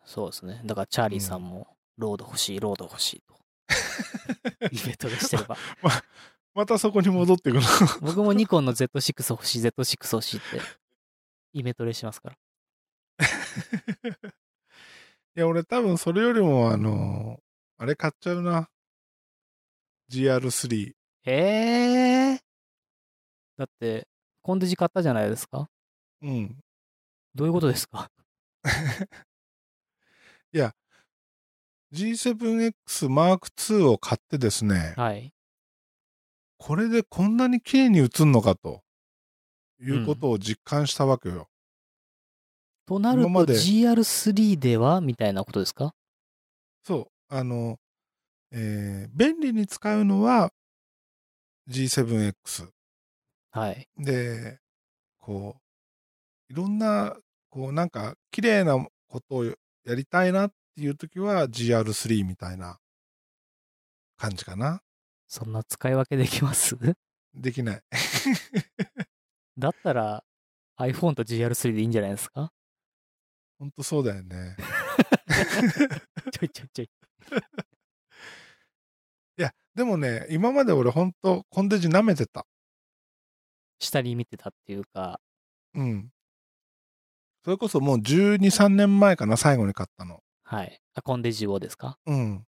そうですね。だから、チャーリーさんも、ロード欲しい、ロード欲し <laughs> いと。イメトレしてれば。またそこに戻っていくの。僕もニコンの Z6 欲しい、Z6 欲しいって、イメトレしますから。いや、俺多分それよりも、あの、あれ買っちゃうな。GR3。えー、だって、コンデジ買ったじゃないですか。うん。どういうことです <laughs> か G7X Mark II を買ってですね、はい。これでこんなに綺麗に映んのかと、いうことを実感したわけよ。となると今まで GR3 ではみたいなことですかそう。あの、えー便利に使うのは G7X。はい。で、こう、いろんな、こう、なんか、綺麗なことをやりたいなっていう時は GR3 みたいな感じかな。そんな使い分けできます <laughs> できない。 <laughs> だったら iPhone と GR3 でいいんじゃないです <laughs> かほんとそうだよね。ちょいちょいちょい。いや、でもね、今まで俺ほんとコンデジ舐めてた。下に見てたっていうか、うん。それこそもう12、3年前かな、最後に買ったの。はい。あコンデジをですかうん。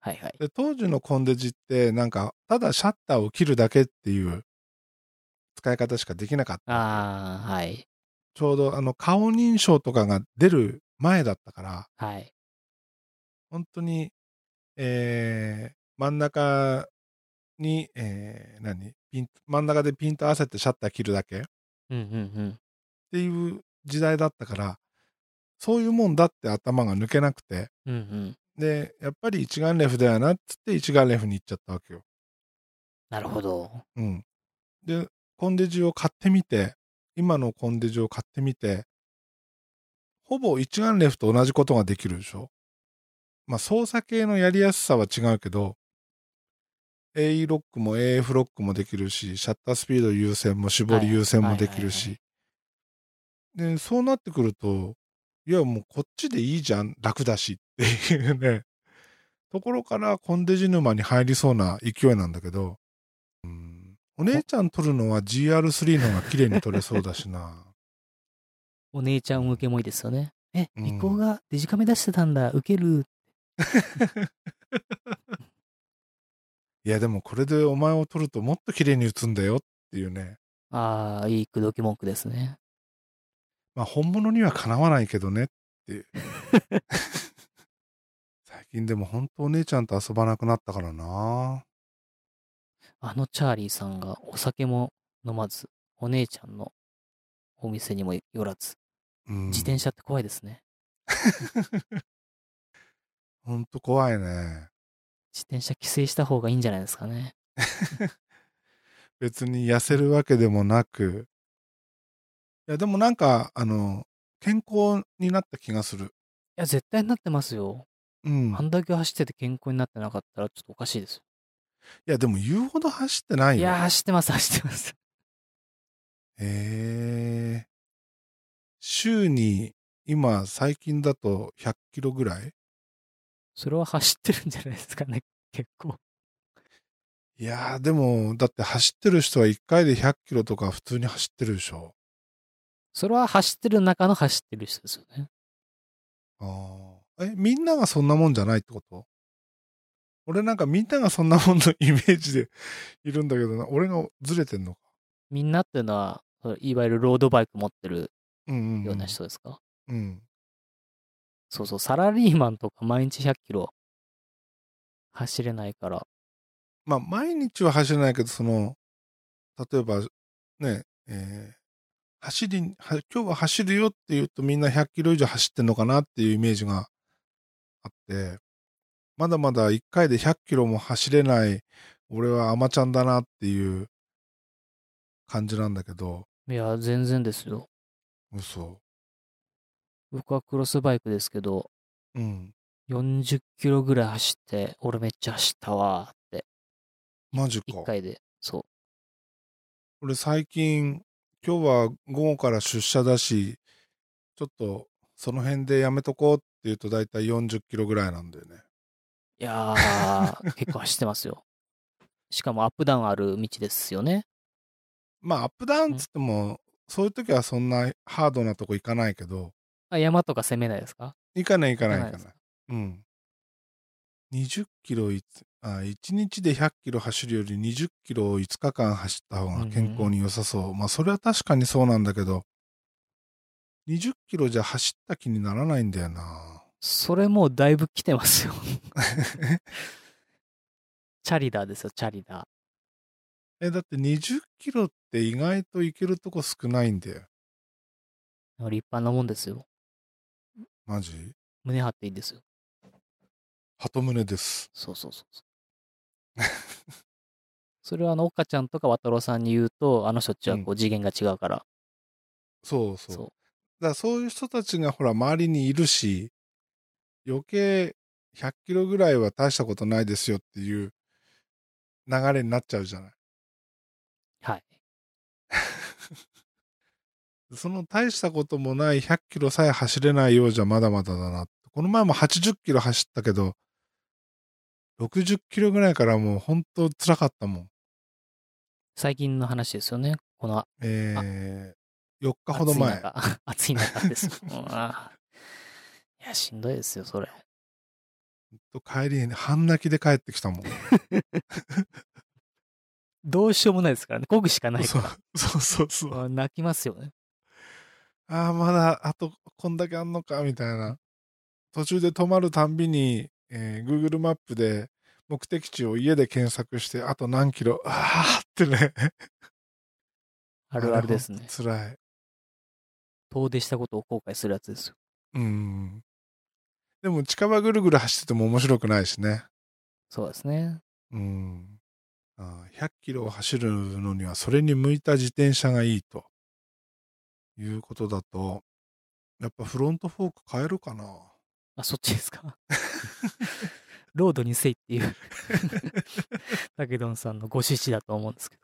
はいはい。で、当時のコンデジって、なんか、ただシャッターを切るだけっていう使い方しかできなかった。あー、はい。ちょうどあの顔認証とかが出る前だったから、はい。本当に、えー真ん中に、えー何ピン真ん中でピント合わせてシャッター切るだけっうんうんうん。ていう時代だったから、そういうもんだって頭が抜けなくて、うんうん。で、やっぱり一眼レフだよなっつって一眼レフに行っちゃったわけよ。なるほど。うん。で、コンデジを買ってみて、今のコンデジを買ってみて、ほぼ一眼レフと同じことができるでしょ。まあ、操作系のやりやすさは違うけど、AE ロックも AF ロックもできるし、シャッタースピード優先も絞り優先もできるし。で、そうなってくると、いや、もうこっちでいいじゃん、楽だしっていうね、ところからコンデジ沼に入りそうな勢いなんだけど、うん、お姉ちゃん撮るのは GR3 の方が綺麗に撮れそうだしな。 <laughs> お姉ちゃん向けもいいですよね。え、うんリコーがデジカメ出してたんだ、ウケる。いや、でもこれでお前を撮るともっと綺麗に写んだよっていうね。ああ、いい口説き文句ですね。まあ本物にはかなわないけどねって <laughs> いう。最近でも本当お姉ちゃんと遊ばなくなったからな。あのチャーリーさんがお酒も飲まず、お姉ちゃんのお店にも寄らず、うん、自転車って怖いですね。ほんと怖いね。自転車規制した方がいいんじゃないですかね。別に痩せるわけでもなく。いや、でもなんか、あの、健康になった気がする。いや、絶対になってますよ。うん。いあんだけ走ってて健康になってなかったらちょっとおかしいですよ。や、でも言うほど走ってないいよ。やー、走ってます、走ってます。へえ。週に、今、最近だと100キロぐらいそれは走ってるんじゃないですかね、結構。いやー、でも、だって走ってる人は1回で100キロとか普通に走ってるでしょ。それは走ってる中の走ってる人ですよね。ああ。え、みんながそんなもんじゃないってこと俺なんかみんながそんなもんのイメージでいるんだけどな。俺がずれてんのか。みんなっていうのは、そのいわゆるロードバイク持ってるうんうん、うん。ような人ですか、うん。そうそう、サラリーマンとか毎日100キロ走れないから、まあ、毎日は走れないけど、その、例えば、ね、えー走りに、は今日は走るよって言うとみんな100キロ以上走ってんのかなっていうイメージがあって、まだまだ1回で100キロも走れない、俺はアマちゃんだなっていう感じなんだけど、いや、全然ですよ。嘘。僕はクロスバイクですけど、うん。 40キロぐらい走って、俺めっちゃ走ったわーって、マジ1か。回で、そう。俺最近、今日は午後から出社だし、ちょっとその辺でやめとこうって言うと大体40キロぐらいなんだよね。いやー、結構走ってますよ。 <laughs> しかもアップダウンある道ですよね。まあアップダウンっつっても、そういう時はそんなハードなとこ行かないけど、あ山とか攻めないですか行かない行かない行行かかないない。うん。20キロいつ、あ、1日で100キロ走るより20キロを5日間走った方が健康に良さそう。まあそれは確かにそうなんだけど、20キロじゃ走った気にならないんだよな。それもうだいぶ来てますよ。チャリダーですよ、チャリダー。え、だって20キロって意外と行けるとこ少ないんだよ。立派なもんですよ。マジ胸張っていいんですよ。鳩胸です。そうそうそう <laughs> そう。それはあの、岡ちゃんとか渡郎さんに言うと、あの人っちはこう次元が違うから。そうそう。そ。だからそういう人たちがほら周りにいるし余計100キロぐらいは大したことないですよっていう流れになっちゃうじゃないうはい。その大したこともない100キロさえ走れないようじゃまだまだだなこの前も80キロ走ったけど60キロぐらいからもうほんと辛かったもん最近の話ですよね。このえー、4日ほ暑どい前中、 <laughs> 暑い中ですよ。うんあーいや、しんどいですよ、それ。帰りに半泣きで帰ってきたもんどうしようもないですからね。こぐしかないそかうそうそうそうら。泣きますよね。ああ、まだ、あと、こんだけあんのか、みたいな。途中で止まるたんびに、えー Google マップで目的地を家で検索して、あと何キロ、ああってね。あるあるで <laughs> すね。つらい。遠出したことを後悔するやつですよ。うん。でも、近場ぐるぐる走ってても面白くないしね。そうですね。うん。あー100キロを走るのには、それに向いた自転車がいいと。いうことだと、やっぱフロントフォーク変えるかな。あ、そっちですか。ロードにせいっていう。武どさんのご指示だと思うんですけ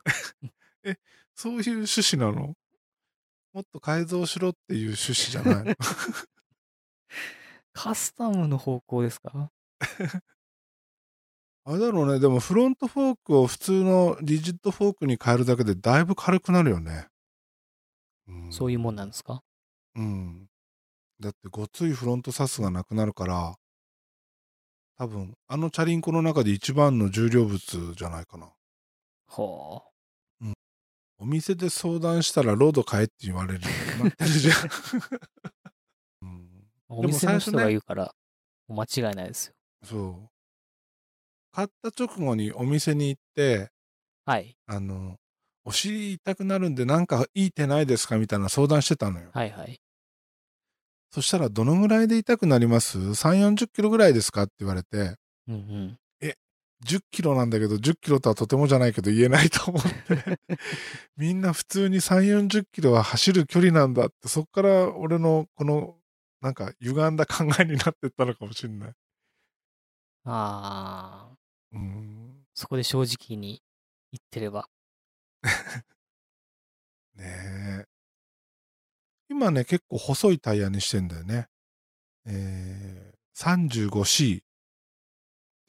ど。そういう趣旨なのもっと改造しろっていう趣旨じゃないのカスタムの方向ですかあれだろうね、でもフロントフォークを普通のリジットフォークに変えるだけでだいぶ軽くなるよね。うんそういうもんなんですかうん。だってごついフロントサスがなくなるから、多分あのチャリンコの中で一番の重量物じゃないかな。はあ。お店で相談したらロード買えって言われるようになってるじゃん。うん、でおも店の最初人ねが言うから、間違いないですよ。そう。買った直後にお店に行って、はい。あの、お尻痛くなるんでなんかいい手ないですかみたいな相談してたのよ。はいはい。そしたら、どのぐらいで痛くなります ?3、40キロぐらいですかって言われて、うんうん。 10キロなんだけど、10キロとはとてもじゃないけど言えないと思って、みんな普通に3、40キロは走る距離なんだって、そっから俺のこの、なんか歪んだ考えになってったのかもしれない。ああ、うん。そこで正直に言ってれば。ねえ。今ね、結構細いタイヤにしてんだよね。えー、35C っ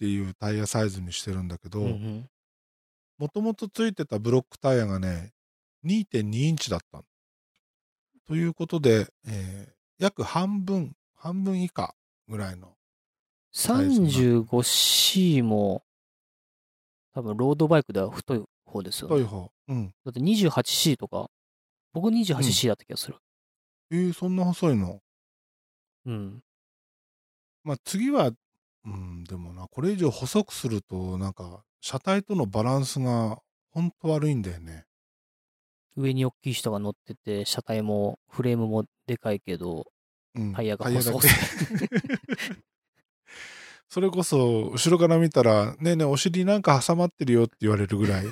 ていうタイヤサイズにしてるんだけど、うんうん。もともとついてたブロックタイヤがね、2.2インチだったの。ということで、えー約半分、半分以下ぐらいの。 35C も、多分ロードバイクでは太い方ですよ太いね。方。うん。だって 28C とか、僕 28C だった気がする。えー、そんな細いの。うん。まあ次は、うん、でもな、これ以上細くすると、なんか、車体とのバランスが、ほんと悪いんだよね。上に大きい人が乗ってて、車体もフレームもでかいけど、うん、タイヤがタイヤだ細け <laughs> それこそ、後ろから見たら、ねえねえ、お尻なんか挟まってるよって言われるぐらい。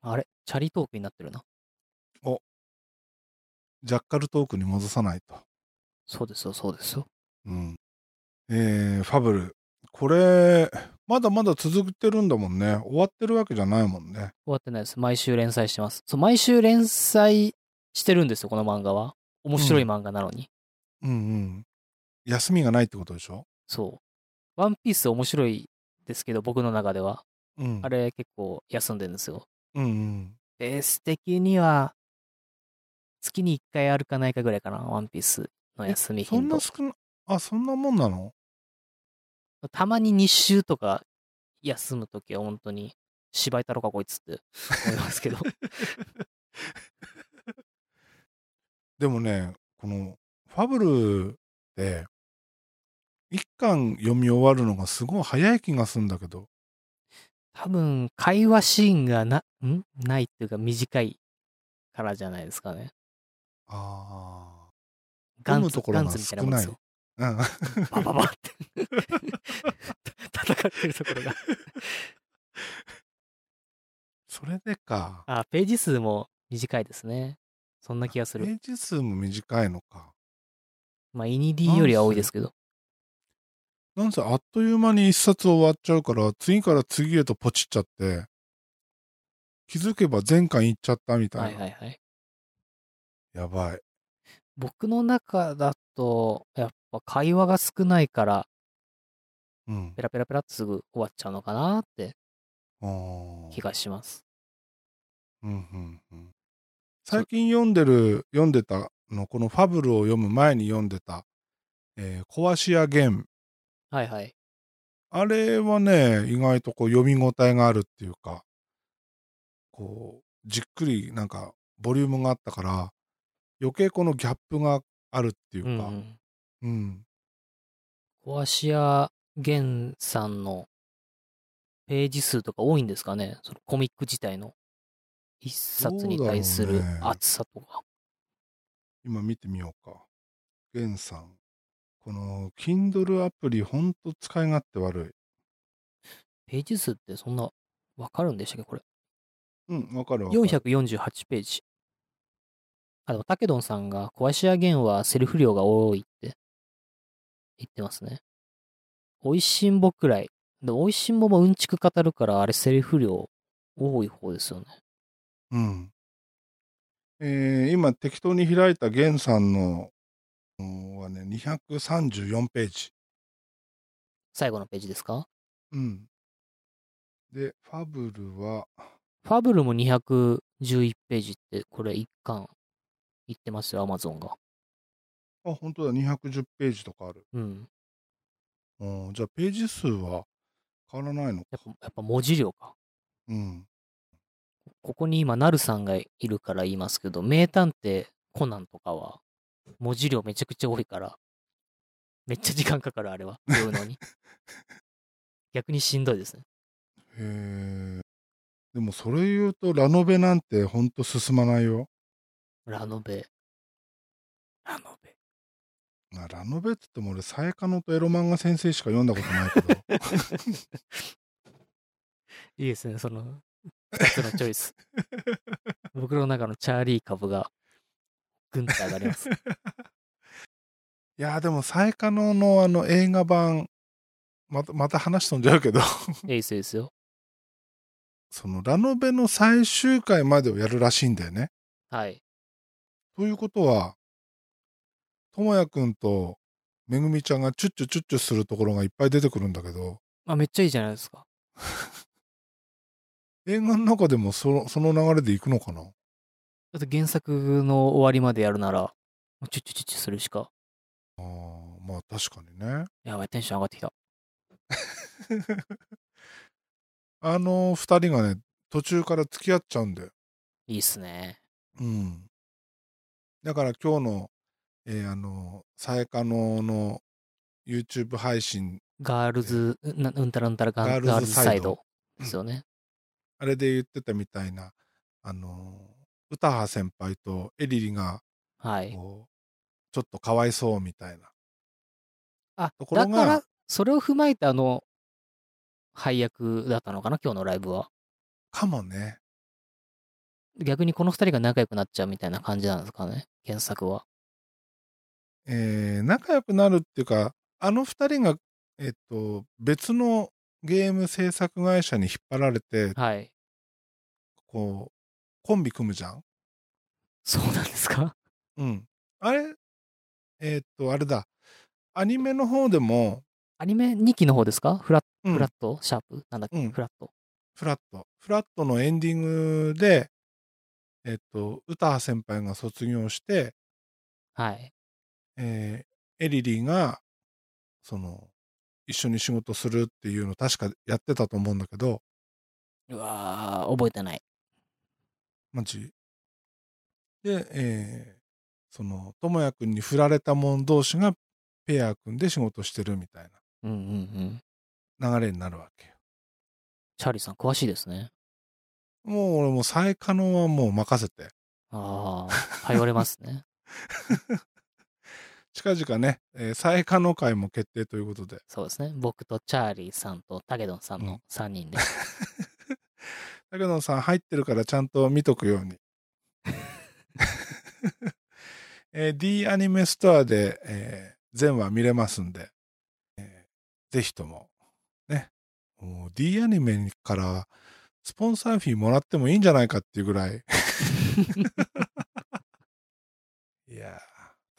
あれチャリトークになってるな。ジャッカルトークに戻さないと。そうですよ、そうですよ。うん。えー、ファブル。これ、まだまだ続いてるんだもんね。終わってるわけじゃないもんね。終わってないです。毎週連載してます。そう、毎週連載してるんですよ、この漫画は。面白い漫画なのに。うんうん。休みがないってことでしょそう。ワンピース面白いですけど、僕の中では。うん。あれ結構休んでるんですよ。うんうん。ベース的には、月に1回あるかないかぐらいかな、ワンピースの休みそん頻な度。少な、あ、そんなもんなのたまに2週とか休むときは本当に、芝居太郎かこいつって思います <laughs> けど。でもね、この、ファブルって、一巻読み終わるのがすごい早い気がするんだけど。多分、会話シーンがな、んないっていうか短いからじゃないですかね。あガ読ンむツ、とこガろンがツみた少いなないもんですあ。よ。うん。バババって <laughs> 戦ってるところが。それでか。あ、ページ数も短いですね。そんな気がすペる。ージ数も短いのか。まあ、イニディよりは多いですけど。なんせあっという間に一冊終わっちゃうから、次から次へとポチっちゃって、気づけば全巻いっちゃったみたいな。はいはいはい。やばい。僕の中だと、やっぱ会話が少ないから、うんペ。ラペラペラってすぐ終わっちゃうのかなってあー気がします。うんうんうん、最近読んでる、読んでたの、このファブルを読む前に読んでた、えー、壊し屋ンはいはい。あれはね、意外とこう読み応えがあるっていうか、こう、じっくりなんかボリュームがあったから、余計このギャップがあるっていううん、うか、ん。うん、コアシア・ゲンさんのページ数とか多いんですかねそのコミック自体の一冊に対すどうるだろうね厚さとか。今見てみようか。ゲンさん。この Kindle アプリほんと使い勝手悪ページ数ってそんなわかるんでしたっけこれ。い。うん、わかるわかる。 448ページ。あ、でも、タケドンさんが、壊し屋弦はセルフ量が多いって言ってますね。美味しんぼくらい。で、美味しんぼもうんちく語るから、あれセルフ量多い方ですよね。うん。えー今適当に開いたゲンさんのうんはね、234ページ。最後のページですかうん。で、ファブルは、ファブルも211ページって、これ一巻いってますよ、アマゾンが。あ、本当だ、210ページとかある。うん。うん、じゃあ、ページ数は変わらないのやかっ。ぱ、やっぱ文字量か。うん。ここに今、ナルさんがいるから言いますけど、名探偵コナンとかは、文字量めちゃくちゃ多いから、めっちゃ時間かかる、あれは。読むのに。逆にしんどいですね。へえ。でも、それ言うと、ラノベなんてほんと進まないよ。ラノベ。ラノベ。まあ、ラノベって言っても俺、サエカノとエロ漫画先生しか読んだこと <laughs> ないけど。いいですね、その、そのチョ <laughs> イス。僕の中のチャーリー株が、ぐんと上がり <laughs> ます。いやーでも最下ののあの映画版またまた話飛んじゃうけど <laughs> いいですよ、いいですよ。そのラノベの最終回までをやるらしいんだよね。はい。ということはともやくんとめぐみちゃんがチュッチュチュッチュするところがいっぱい出てくるんだけどまあ、めっちゃいいじゃないですか。映画の中でもそのその流れでいくのかなだって原作の終わりまでやるなら、もうチュッチュチュッチュするしか。あーまあ確かにね。 <laughs> やばい、テンション上がってきた。あの二人がね途中から付き合っちゃうんだよ。いいっすね。うん。だから今日の、えーあの、さえかのの YouTube 配信、ガールズ、なうんたらうんたらガガーールズガールズサイサイドですよね。あれで言ってたみたいな、あの、歌羽先輩とエリリが、はい。こう、ちょっとかわいそうみたいな。あ、ところだがから、それを踏まえて、あの、配役だったのかな、今日のライブは。かもね。逆にこの二人が仲良くなっちゃうみたいな感じなんですかね、原作は。えー仲良くなるっていうか、あの二人が、えっと、別のゲーム制作会社に引っ張られて、はい。こう、コンビ組むじゃんそうなんですか <laughs> うん。あれえーっと、あれだ。アニメの方でも、アニメ2期の方ですかフラッうんフラットシャープなんだっけ、うんフラット。フラット。フラットのエンディングで、えーっと、歌羽先輩が卒業して、はい。えーエリリーが、その、一緒に仕事するっていうの確かやってたと思うんだけど、うわー、覚えてない。マジ。で、えーその、ともやくんに振られた者同士がペア組んで仕事してるみたいうんうんうん。な流れになるわけよ。チャーリーさん詳しいですね。もう俺もう再可能はもう任せて。あ <laughs> あ、頼れますね。近々ね、えー再可能会も決定ということで、そうですね。僕とチャーリーさんとタケドンさんうの3人で。竹野さん入ってるからちゃんと見とくように。 <laughs> えー D アニメストアで、えー全話見れますんで、えーぜひとも、ね、もう D アニメからスポンサーフィーもらってもいいんじゃないかっていうぐらい。 <laughs> いや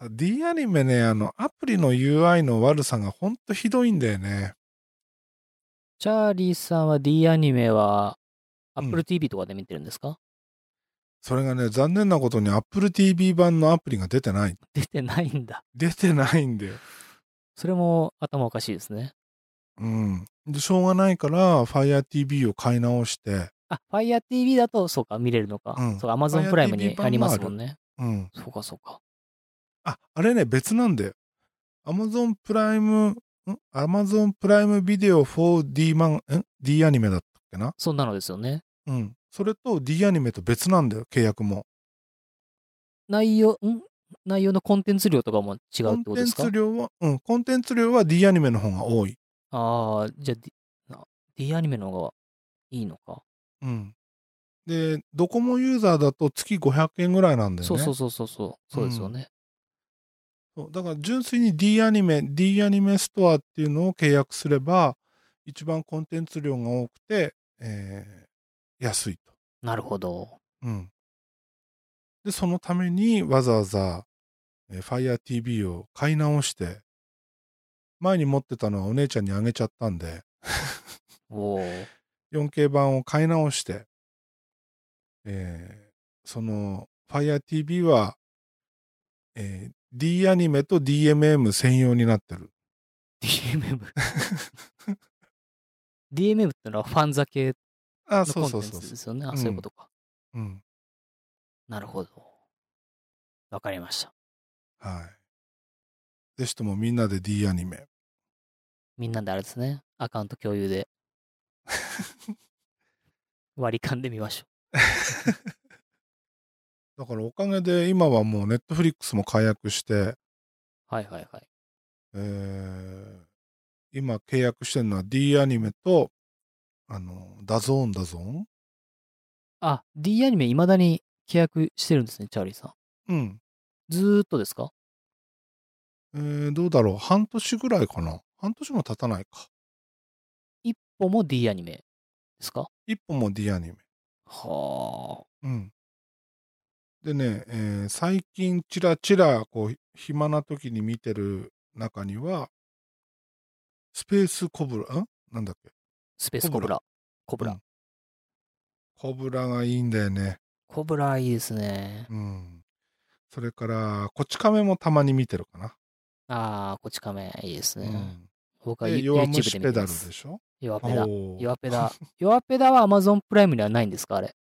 ー D アニメね、あの、アプリの UI の悪さがほんとひどいんだよね。 <laughs> チャーリーさんは D アニメはうん Apple TV とかで見てるんですか、 <laughs> それがね、残念なことに Apple TV 版のアプリが出てない。出てないんだ。出てないんだよ。それも頭おかしいですね。うん。で、しょうがないから、Fire TV を買い直して、あ、Fire TV だと、そうか、見れるのか。うんそうか、Amazon Fire プライムに TV 版もあるありますもんね。うん。そうか、そうか。あ、あれね、別なんだよ。Amazon プライム、ん ?Amazon プライムビデオ 4D マン、ん ?D アニメだったっけなそんなのですよね。うん。それと D アニメと別なんだよ、契約も。内容、ん内容のコンテンツ量とかも違うコってンことテでンすかツ量は、うん、コンテンツ量は D アニメの方が多い。ああ、じゃあ D, な D アニメの方がいいのか。うん。で、ドコモユーザーだと月500円ぐらいなんだよね。そうそうそうそうそう。そうですよね。そうだから純粋に D アニメ D アニメストアっていうのを契約すれば一番コンテンツ量が多くて、えー安いと、なるほど。うん、でそのためにわざわざ、えー FireTV を買い直して前に持ってたのはお姉ちゃんにあげちゃったんで、おー 4K 版を買い直して、えーその FireTV は、えー D アニメと DMM 専用になってる。 <laughs> DMM。DMM ってのはファンザ系あ、のそコうンテそンうそうツそでう。すよね。うあ、んそういうことか。うん。なるほど。わかりました。はい。ぜひともみんなで D アニメ。みんなであれですね。アカウント共有で <laughs> 割り勘でみましょだからおかげで今はもう Netflix も解約して、う。はいはいはい。えー今契約してるのは D アニメと、あの、ダゾーンダゾーンあ、D アニメ未だに契約してるんですね、チャーリーさん。うん。ずーっとですかえーどうだろう半年ぐらいかな半年も経たないか。一歩も D アニメですか一歩も D アニメ。はうん。でね、えー最近ちらちら、こう、暇な時に見てる中には、スペースコブラ、んなんだっけスペースコブラ。コブラ。うんコブラがいいんだよね。コブラいいですね。うん。それから、こち亀もたまに見てるかな。ああ、こち亀いいですうね。ん。僕はで、ユ弱 YouTube 虫でペ見てダまルすで。しょ弱ペダ。おー弱ペダ。弱ペダは Amazon プライムにはないんですかあれ。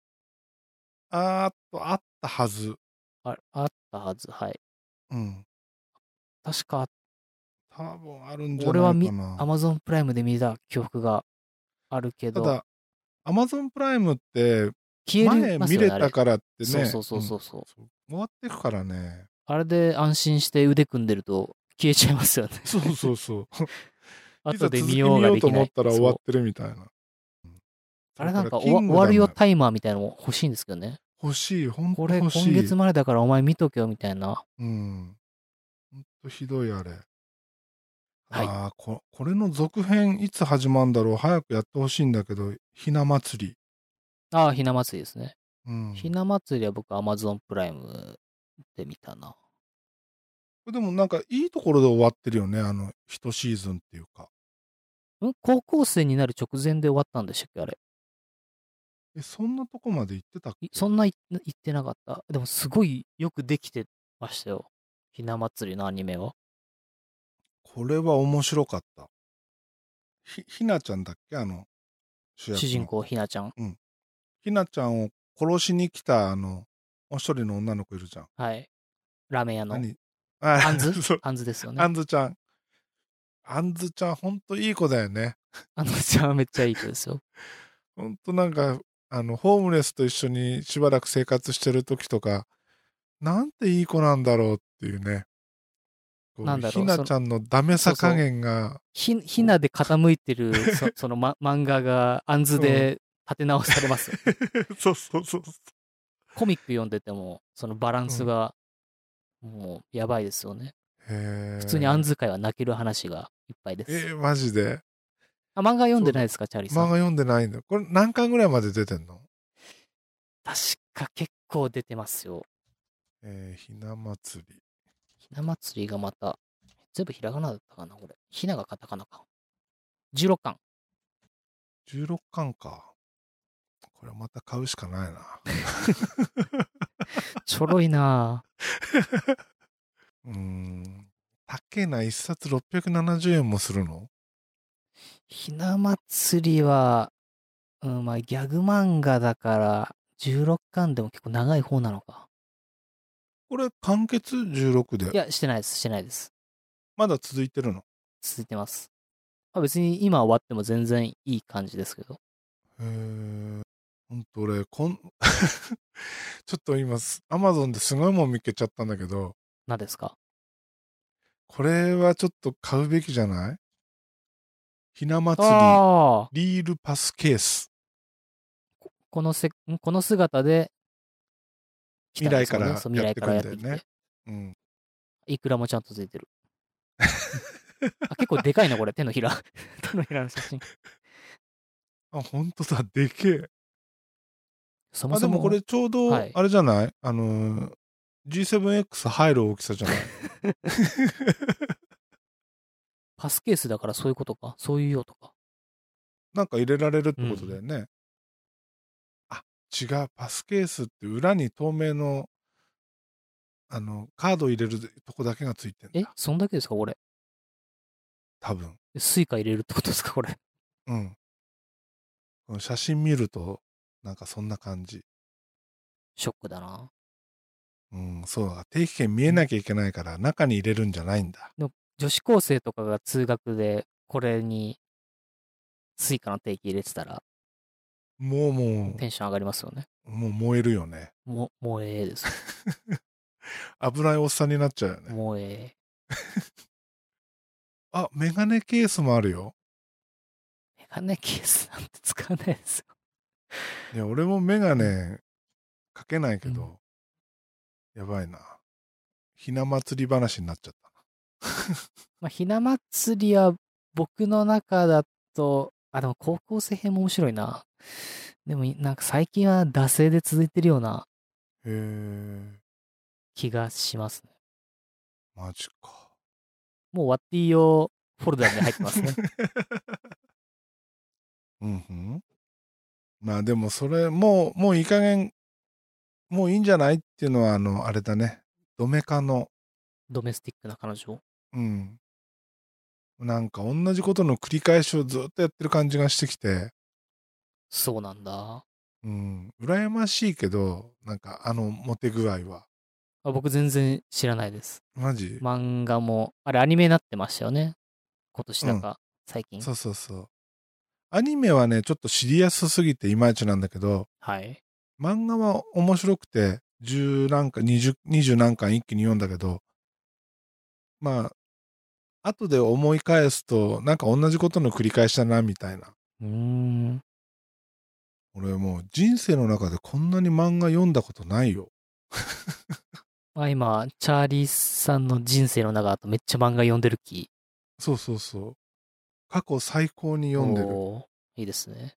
あーっと、あったはず。ああったはず。はい。うん。確か多分あるんじゃ俺なはいみかな。 Amazon プライムで見た記憶があるけたど、だ、アマゾンプライムって、消え前るます見よね、れあれた。からってね。そうそうそうそううんそう、そう終わってくからね。あれで安心して腕組んでると消えちゃいますよね。そうそうそう。 <laughs> いざ続後でき見見よようがうでときな思っい。たら終わっそてうるみたいな。うんあれなんかそ終れわらキング終ダムわるよタイマーみたいなのも欲しいんですけどね。欲しい、本当これ今欲しい。月までだからお前見とけよみたいな。うん。ほんとひどいあれ。はいああ、ここれの続編いつ始まるんだろう早くやってほしいんだけど、ひな祭り。ああ、ひな祭りですね。うん。ひな祭りは僕 Amazon プライムで見たな。でもなんかいいところで終わってるよね、あの、一シーズンっていうか。ん高校生になる直前で終わったんでしたっけあれ。え、そんなとこまで行ってたっけいそんない言ってなかった。でもすごいよくできてましたよ。ひな祭りのアニメは。これは面白かった。ひ、ひなちゃんだっけあの、主役の主人公ひなちゃん。ひなちゃんを殺しに来た、あの、もう一人の女の子いるじゃん。はい。ラーメン屋の。何ああんず <laughs> そうあんずですよねあ。んずちゃん。あんずちゃん、ほんといい子だよね。あの <laughs> ちゃんはめっちゃいい子ですよ。ほんとなんか、あの、ホームレスと一緒にしばらく生活してる時とか、なんていい子なんだろうっていうね。こなんだろうひなちゃんのダメさ加減が、ひ、ひなで傾いてる、 <laughs> そその、ま、漫画が、あんずで立て直されますよ。そう <laughs> そうそうそう。コミック読んでても、そのバランスが、もう、やばいですよね。へー普通にあんず会は泣ける話がいっぱいです。えー、マジで。あ、漫画読んでないですか、チャーリー漫画さん。読んでないんだ。これ何巻ぐらいまで出てんの確か結構出てますよ。えー、ひな祭り。ひな祭りがまた、全部ひらがなだったかな、これ。ひながカタカナか。16巻。 16巻か。これまた買うしかないな。ちょろいなぁうーん。高えな、一冊670円もするのひな祭りは、うん、まあ、ギャグ漫画だから、16巻でも結構長い方なのか。これ完結16いで。や、してないです、してないです。まだ続いてるの。続いてます。まあ、別に今終わっても全然いい感じですけど。へえ。ほんと俺、こん、 <laughs> ちょっと今、アマゾンですごいもん見っけちゃったんだけど、何ですかこれはちょっと買うべきじゃないひな祭り、ああ、リールパスケース。このせ、んこの姿で、来たんですもんねそう未来未来かからやらやっっててくんきだよねて。うん。いくらもちゃんとつい <laughs> てる。あ結構でかいな、これ。手のひら。 <laughs> 手のひらの写真。あ、ほんとだ、でけえ。そまもあでそも。もこれちょうどはいあれじゃない、あのー <laughs> G7X 入る大きさじゃないパスケースだからそういうことか。そういう用とか。なんか入れられるってことだよね。あ、違う。パスケースって裏に透明の、あの、カード入れるとこだけがついてんえだ。そんだけですかこれ。多分。スイカ入れるってことですかこれ。 <laughs> うん。この写真見ると、なんかそんな感じ。ショックだな。うん、そうだ。定期券見えなきゃいけないから、中に入れるんじゃないんだ。女子高生とかが通学でこれにスイカの定期入れてたらもうもテンション上がりますよね。う、もう燃えるよね。も、もええです。危ないおっさんになっちゃうよね。もええ。あ、メガネケースもあるよ。メガネケースなんて使わないですよ。いや、俺もメガネかけないけど、やばいな。ひな祭り話になっちゃったまあ、ひな祭りは僕の中だと、あ、でも高校生編も面白いな。でもなんか最近は惰性で続いてるようなな。へえ、気がしますね。マジか。 <laughs> もうワッティ用フォルダに入ってま <laughs> すね。うんうん。まあでもそれ、もう、もういい加減、もういいんじゃないっていうのは、あの、あれだね。ドメカの、ドメスティックな彼女。うん。なんか同じことの繰り返しをずっとやってる感じがしてきて、そうなんだ。あうん、羨ましいけど、なんかあのモテ具合は。僕全然知らないです。マジ、漫画も、あれアニメになってましたよね。今年なんか、最近。そうそうそう。アニメはね、ちょっとシリアスすぎていまいちなんだけど、はい。漫画は面白くて、10何巻、20、20何巻一気に読んだけど、まあ、後で思い返すと、なんか同じことの繰り返しだな、みたいな。うーん。俺もう人生の中でこんなに漫画読んだことないよ。まあ今、チャーリーさんの人生の中だとめっちゃ漫画読んでる気。そうそうそう。過去最高に読んでる。おーいいですね。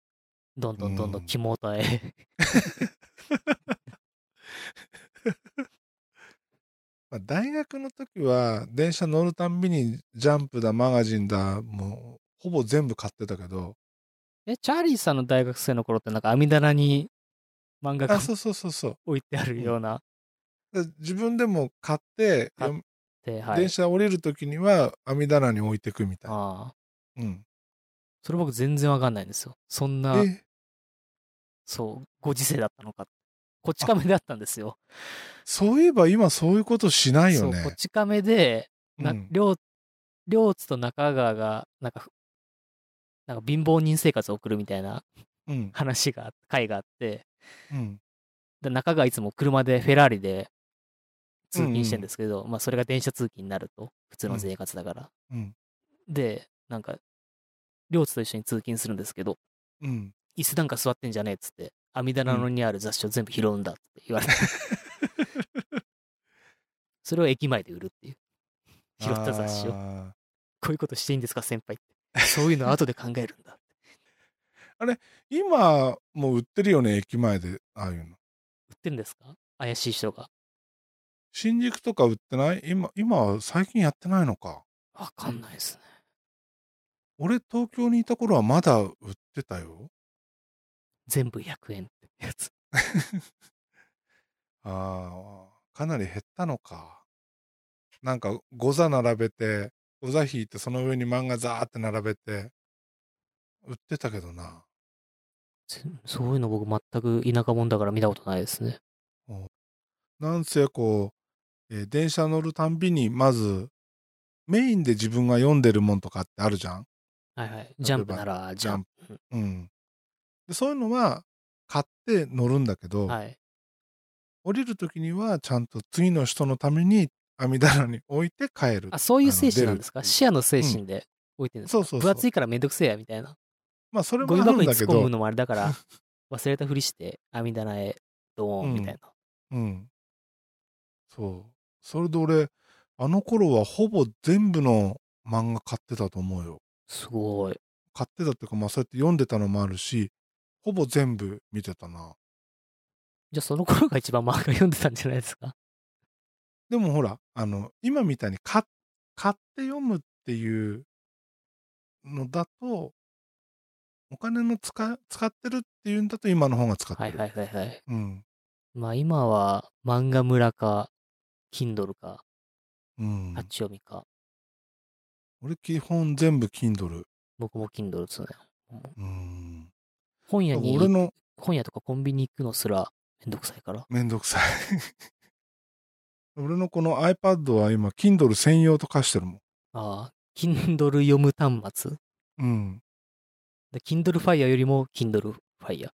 どんどんどんどん肝たえ。 <laughs> まあ、大学の時は、電車乗るたんびにジャンプだ、マガジンだ、もう、ほぼ全部買ってたけど、え、チャーリーさんの大学生の頃ってなんか網棚に漫画があ、そうそうそうそう。置いてあるような。で自分でも買って、買っよで、はい電。車降りる時には網棚に置いてくみたいな。ああ。うん、それ僕全然わかんないんですよ。そんな、え、そう、ご時世だったのか。こち亀だったんですよ。そういえば今そういうことしないそよう、ねこ。ち亀で、なうん両両津と中川がなんかふなんか貧乏人生活を送るみたいなうん、話が回があってうん、で中川いつも車でフェラーリで通勤してんですけど、まあ、それが電車通勤になると普通の生活だから、うん、でなんか両津と一緒に通勤するんですけどうん。椅子なんか座ってんじゃねえっつって網棚のにある雑誌を全部拾うんだって言われて、それを駅前で売るっていう拾った雑誌をこあーういうことしていいんですか先輩ってそういうの後で考えるんだ今もう売ってるよね、駅前で、ああいうの。売ってるんですか怪しい人が。新宿とか売ってない今、今は最近やってないのか。わかんないですね。俺、東京にいた頃はまだ売ってたよ。全部100円ってやつ。ああ、かなり減ったのか。なんか、ゴザ並べて、ゴザ引いて、その上に漫画ザーって並べて、売ってたけどな。ぜそういうの僕全く田舎者だから見たことないですね。なんせこう、えー電車乗るたんびに、まず、メインで自分が読んでるもんとかってあるじゃんはいはい。ジャンプならジャンプ。うん。で、そういうのは、買って乗るんだけど、はい。降りるときには、ちゃんと次の人のために、網棚に置いて帰るあ、。そういう精神なんですあかの出る視野の精神で置いてるんですか、そうそうそう分厚いからめんどくせえやみたいな。まあ、それもゴミあるん箱にだ突けっ込むど、のもあれだから、忘れたふりして網棚へドーンみたいな。うん。そう。それで俺、あの頃はほぼ全部の漫画買ってたと思うよ。すごい。買ってたっていうか、まあそうやって読んでたのもあるし、ほぼ全部見てたな。じゃあその頃が一番漫画読んでたんじゃないですかでもほら、あの、今みたいに買買って読むっていうのだと、お金の使使ってるっていうんだと今の方が使ってはいる。はいはいはい。うん。まあ今は漫画村か、Kindle か、うん立。ち読みか、俺基本全部 Kindle。僕も Kindle ですね。うん。本屋に、俺の本屋とかコンビニ行くのすらめんどくさいから。めんどくさい。俺のこの iPad は今 Kindle 専用と化してるもん。ああ、Kindle 読む端末うん。で Kindle Fire よりも Kindle Fire。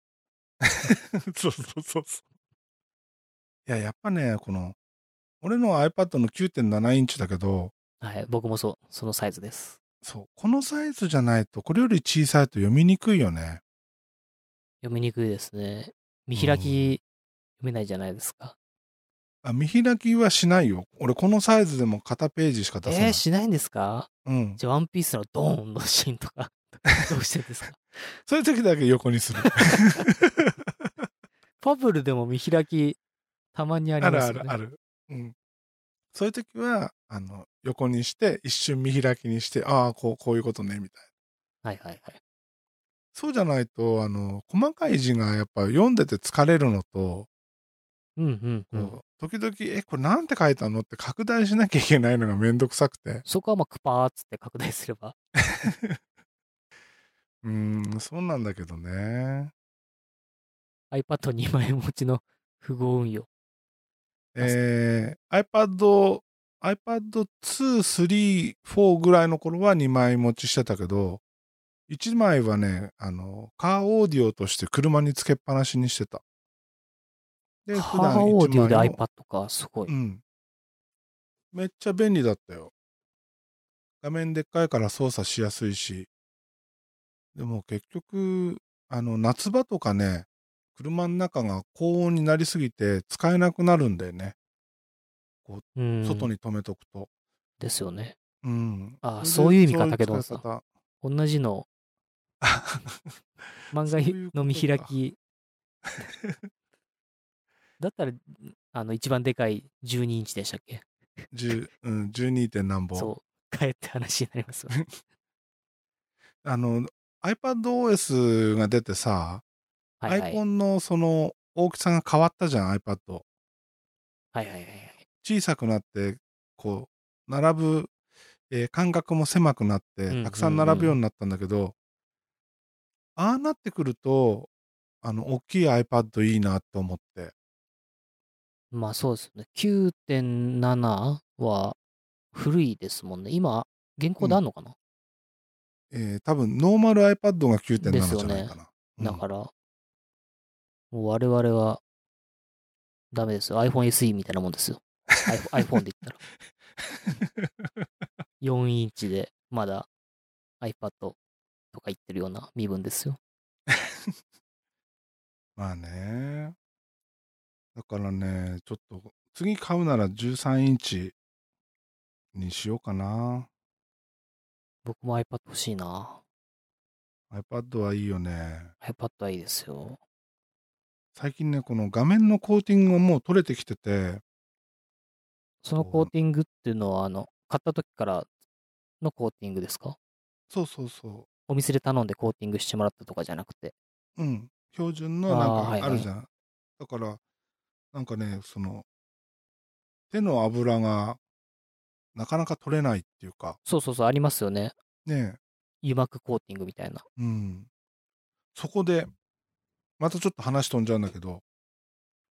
<laughs> そうそうそうそう。いや、やっぱね、この、俺の iPad の9.7インチだけど、はい、僕もそう、そのサイズです。そう、このサイズじゃないと、これより小さいと読みにくいよね。読みにくいですね。見開き読めないじゃないですか。あ、見開きはしないよ。俺、このサイズでも片ページしか出せない。えー、しないんですかうん。じゃあ、ワンピースのドーンのシーンと <laughs> か、どうしてるんですかそういう時だけ横にする。パブルでも見開き、たまにありあまるすあよね。るある。うん。そういう時は、あの、横にして、一瞬見開きにして、ああ、こう、こういうことね、みたいな。はいはいはい。そうじゃないと、あの、細かい字がやっぱ読んでて疲れるのと、うんうん、うん。こう時々、え、これなんて書いたのって拡大しなきゃいけないのがめんどくさくて。そこはまあ、クパーっつって拡大すれば。うーん、そうなんだけどね。 iPad2 枚持ちの符号運用。えー、iPad、iPad 2、3、4ぐらいの頃は2枚持ちしてたけど、1枚はね、あの、カーオーディオとして車につけっぱなしにしてた。でカ普ー段オーディオで一枚を iPad か、すごい。うん。めっちゃ便利だったよ。画面でっかいから操作しやすいし。でも結局、あの、夏場とかね、車の中が高温になりすぎて使えなくなるんだよね。うん、外に止めとくと。ですよね。うん。あーれでそういう意味か武そうい田うさん使い方同じのあ漫そういう画ことの見開かき。だったら、あの、一番でかい12インチでしたっけ <laughs> 10うん、12. 点何本。そう。帰って話になりますよねあの、iPadOS が出てさ、はいはアイい。コはいンのその大きさが変わったじゃん、iPad。はいはいはい。小さくなってこう並ぶ、えー間隔も狭くなっうんてたくさん並ぶようになったんだけど、ああなってくるとあの大きい iPad いいなと思ってまあそうですね。9.7は古いですもんね。今、現行であんのかな、えー多分ノーマル iPad がで9.7すよじゃねないかな、だから、もう我々は、ダメですよ。iPhone SE みたいなもんですよ。iPhone, iPhone で言ったら。4インチで、まだ iPad とか言ってるような身分ですよ。まあねだからねちょっと次買うなら13インチにしようかな僕も iPad 欲しいな。 iPad はいいよね iPad はいいですよ。最近ねこの画面のコーティングがもう取れてきててそのコーティングっていうのは、あの、買った時からのコーティングですかそうそうそうお店で頼んでコーティングしてもらったとかじゃなくて。うん、標準のなあーんはいかはあいるじゃん。だから、なんかね、その、手の油がなかなか取れないっていうか、そうそうそう、ありますよね。ね油膜コーティングみたいな。え、うん。そこで、またちょっと話飛んじゃうんだけど、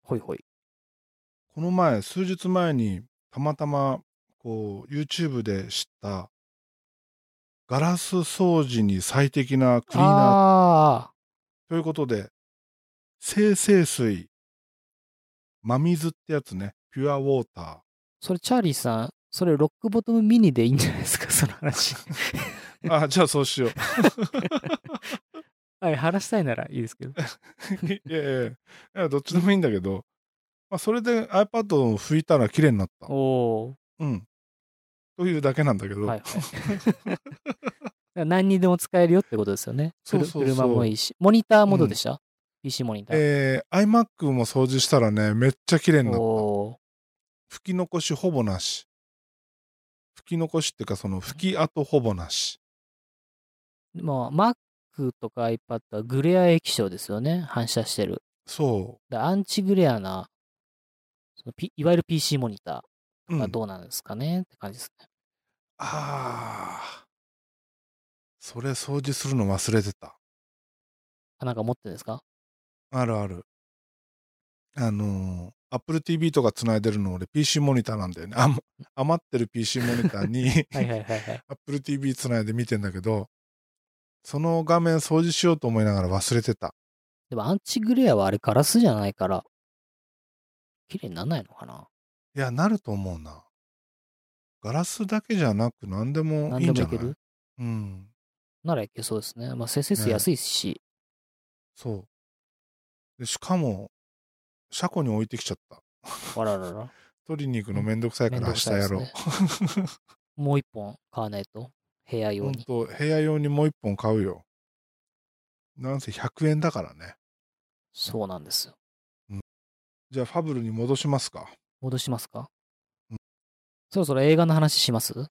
ほいほい。この前、数日前に、たまたま、こう、YouTube で知った、ガラス掃除に最適なクリーナーああ。ということで、生成水、真水ってやつね、ピュアウォーター。それ、チャーリーさん、それ、ロックボトムミニでいいんじゃないですか、そ <laughs> の話。 <laughs> あ、じゃあそうしよう。はい、話したいならいいですけど。 <laughs> いやいやいや、どっちでもいいんだけど、まあ、それで iPad を拭いたら綺麗になった。おうん。というだけなんだけど、<laughs> お。はいはい。何にでも使えるよってことですよね。そうそうそう車もいいし。モニターもどうでした、?PC モニター。えー iMac も掃除したらね、めっちゃ綺麗になった。お拭き残しほぼなし。拭き残しっていうか、その拭き跡ほぼなし。まあ、Mac とか iPad はグレア液晶ですよね。反射してる。そだアンチグレアな、その P- いわゆる PC モニタう。うーん、があどうなんですかねって感じですね。あー。それ掃除するの忘れてた。あなんか持ってるんですかあるある。あのー、Apple TV とかつないでるの俺 PC モニターなんだよね。あん余ってる PC モニターに <laughs> はいはいはいはい。 Apple TV つないで見てんだけど、その画面掃除しようと思いながら忘れてた。でもアンチグレアはあれガラスじゃないから、綺麗にならないのかないや、なると思うな。ガラスだけじゃなく何でも何いいでんもじゃいないけるうん。ならいけそうですね。まあ、せせ数ね安いし、そう。でしかも、車庫に置いてきちゃった。あららら。取りに行くのめんどくさいからめ明んどく日さいでやすろねう。 <laughs> もう一本買わないと。部屋用ほんに。と、部屋用にもう一本買うよ。なんせ100円だからね。そうなんですよ。じゃあ、ファブルに戻しますか。戻しますかうそろそろ映画の話します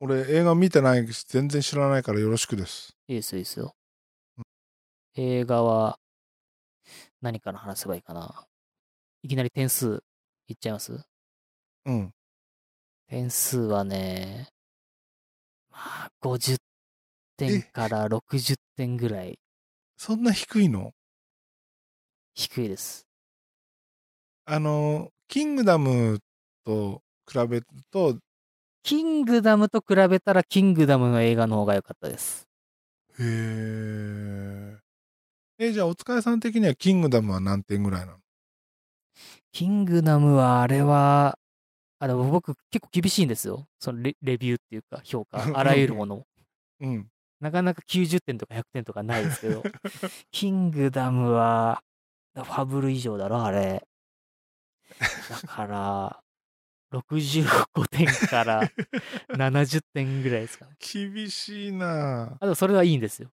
俺、映画見てないし、全然知らないからよろしくです。いいですよ、いいですよ。映画は、何から話せばいいかな。いきなり点数いっちゃいますうん。点数はね、まあ、50え点から60点ぐらいそんな低いの低いです。あの、キングダムと比べると、キングダムと比べたら、キングダムの映画の方が良かったです。へーえ、じゃあ、お疲れさん的にはキングダムは何点ぐらいなのキングダムは、あれは、あの僕結構厳しいんですよ。そのレレビューっていうか評 <laughs> 価、あらゆるもの。うん。なかなか90点とか100点とかないですけ <laughs> ど、キングダムは、ファブル以上だろ、あれ。だから、65点 <laughs> から70点ぐらいですかね。厳しいなあ、でもそれはいいんですよ。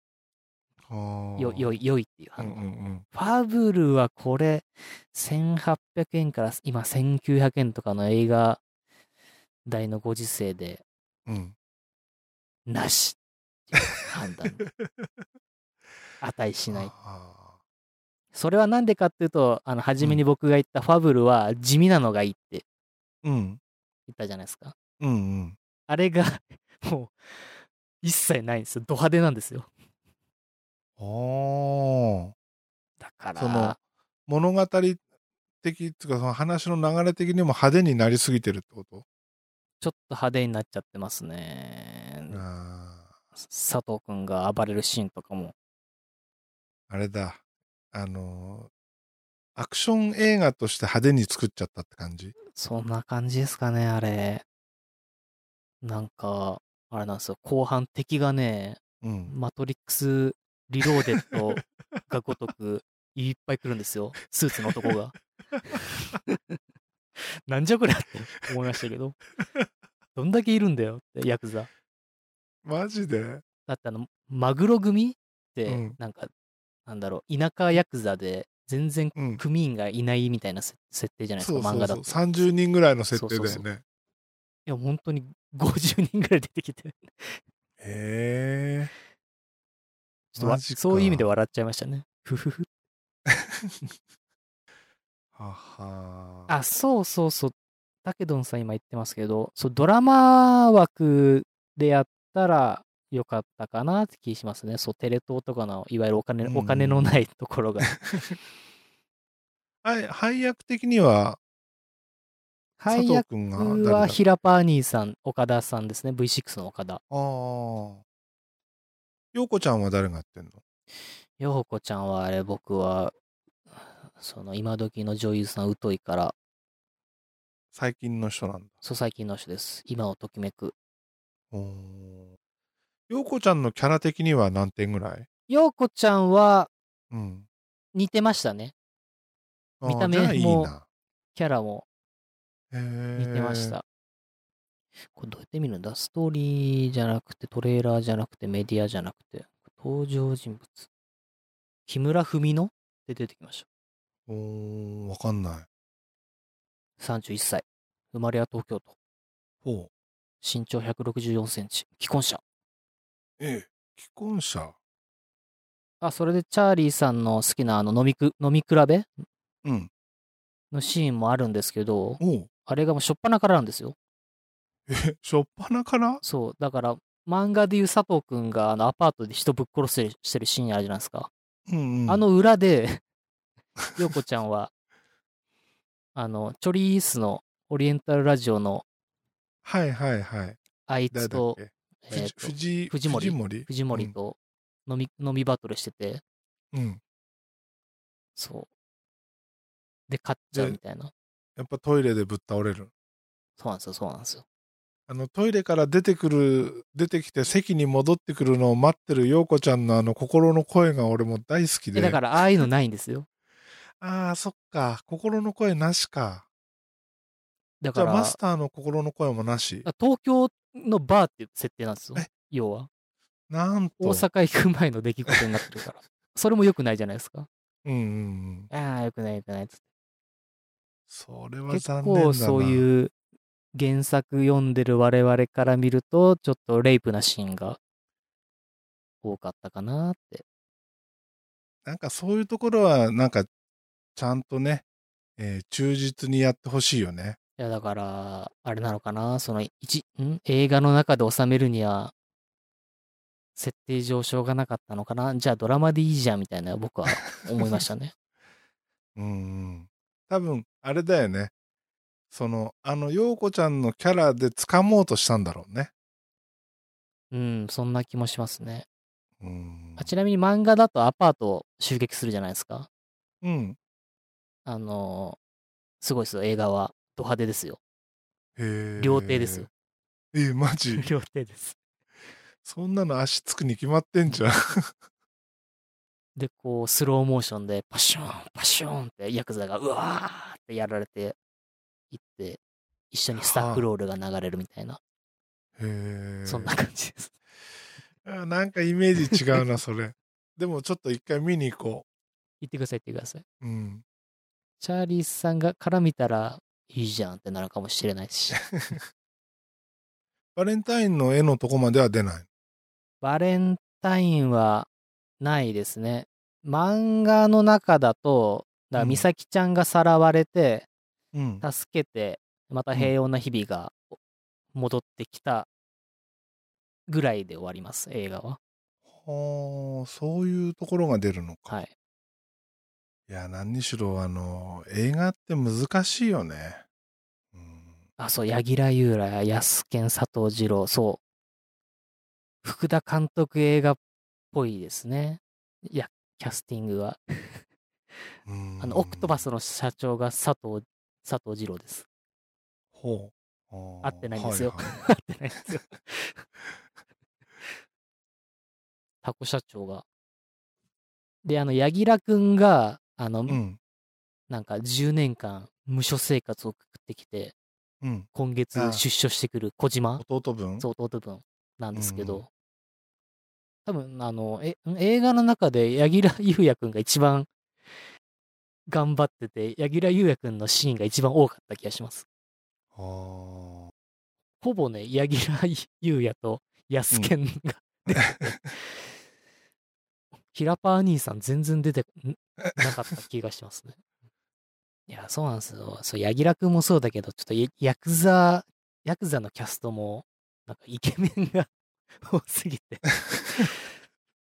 ぁよ、良い、良いっていうう反ん応。うんうん。ファブルはこれ、1800円から今1900円とかの映画代のご時世で、うん。なしっていう <laughs> 判断。値しない。あそれはなんでかっていうと、あの、初めに僕が言ったファブルは地味なのがいいってーうん。言ったじゃないですか。うんうん。あれが、もう、一切ないんですよ。ド派手なんですよ。あーだから、その物語的っていうかその話の流れ的にも派手になりすぎてるってことちょっと派手になっちゃってますね。あ佐藤くんが暴れるシーンとかも。ーあれだあのーアクション映画として派手に作っちゃったって感じそんな感じですかね、あれ。なんか、あれなんですよ。後半敵がね、うんマトリックスリローデッドがごとくいっぱい来るんで <laughs> すよ。スーツの男が。 <laughs> なんじゃこりゃって思いましたけど。どんだけいるんだよって、ヤクザ。マジでだってあの、マグロ組って、うんなんか、なんだろう、田舎ヤクザで全然うん組員がいないみたいなせ設定じゃないですそか、うそ漫う画そだうと。い30人ぐらいの設定だよねそうそうや、本当に50人ぐらい出てきて、へえちょっとわマジかそういう意味で笑っちゃいましたね。ふふふ。 <laughs> ははあ、そうそうそう。だけどんさん今言ってますけど、そう、ドラマ枠でやったらよかったかなって気しますね。そう、テレ東とかの、いわゆるお金、うんお金のないとこ <laughs> ろが。あ配役的には佐配藤役君が誰だは平パー兄さん、岡田さんですね。V6 の岡田。あー陽子ちゃんは誰がやってんのよほこちゃんはあれ、僕は、その今時の女優さん疎いから、最近の人なんだそう最近の人です。今をときめく。お陽子ちゃんのキャラ的には何点ぐらい、ようこちゃんはうん、似てましたね。あー見た目じゃあいいもなキャラも似似てました。これどうやって見るんだストーリーじゃなくて、トレーラーじゃなくて、メディアじゃなくて、登場人物。木村文乃って出てきましおーわかんないた。31歳。生まれは東京都。ほ身長164センチ。既婚者。ええ。既婚者。あ、それでチャーリーさんの好きなあの飲みく飲み比べうん。のシーンもあるんですけど、おう。あれがもう初っ端からなんですよ。え、しょっぱなからそう。だから、漫画でいう佐藤くんがあのアパートで人ぶっ殺してるしてるシーンあるじゃないですか。うんうん。あ、の裏で、 <laughs> 陽子ちゃんは、あの、チョリースのオリエンタルラジオのはいはいはい。あいつ誰だっと、けえーと藤井、藤森藤森藤森。と飲み、飲みバトルしてて、うんうん。そう。で、買っちゃうみたいな。やっぱトイレでぶっ倒れる。そうなんですよ、そうなんですよ。あの、トイレから出てくる、出てきて席に戻ってくるのを待ってる陽子ちゃんのあの心の声が俺も大好きえで。だから、ああいうのないんですよ。ああ、そっか。心の声なしか。だじかゃあら、マスターの心の声もなし。東京のバーっていう設定なんですよえ。要は。なんと。大阪行く前の出来事になってるから。それも良くないじゃないです <laughs> か。うんうんうん。ああ、良くない良くないっつって。それは結残念だな。構そうう。いう原作読んでる我々から見ると、ちょっとレイプなシーンが多かったかなって。なんかそういうところは、なんか、ちゃんとね、えー忠実にやってほしいよね。いや、だから、あれなのかな、その、一、ん映画の中で収めるには、設定上しょうがなかったのかな。じゃあドラマでいいじゃんみたいな、僕は思いまし <laughs> たね。うんうん。多分、あれだよね。その、あの、陽子ちゃんのキャラで掴もうとしたんだろうね。うん、そんな気もしますね。うん。あちなみに漫画だとアパートを襲撃するじゃないですか。うん。あのーすごいですよ、映画は。ド派手ですよ。へー料亭 <laughs> ですよ。えーマジ。 <laughs> 料亭です。そんなの足つくに決まってんじゃん。で、こう、スローモーションで、パション、パションって、ヤクザが、うわーってやられていって、一緒にスタッフロールが流れるみたいな、へえ。そんな感じです。 <laughs> あなんかイメージ違うな、それ。でもちょっと一回見に行こ言ってください、言ってください。う。うん。チャーリーさんがから見たら、いいじゃんってなるかもしれな <laughs> いし。バレンタインの絵のとこまでは出ない。バレンタインはないですね。漫画の中だと、だからうん美咲ちゃんがさらわれて、うん。助けて、また平穏な日々が戻ってきたぐらいで終わります、映画は。はあ、そういうところが出るのか。はい。いや、何にしろ、あの、映画って難しいよね。うん。あ、そう、柳楽優良や安健佐藤二郎、そう。福田監督映画っぽいですね。いや、キャスティングは。うんあの、オクトパ。スの社長が佐藤、佐藤二郎です。 <laughs> ほう。はあ合ってないんですよはいはい合ってないんですよ。 <laughs> タコ社長が。で、あの、柳楽くんが、あの、うん。なんか10年間無所生活を送ってきて、うん。 <laughs> 今月ああ出所してくる小島、弟分そう、弟分なんですけうんど、多分、あの、え、映画の中で柳楽優弥くんが一番頑張ってて、柳楽優弥くんのシーンが一番多かった気がします。はほぼね、柳楽優弥と安健が、ひらぱー兄さん全然出てんなかった気がしますね。いや、そうなんですよ。そう、柳楽君もそうだけど、ちょっとやヤクザ、ヤクザのキャストも、なんかイケメンが <laughs> 多すぎて。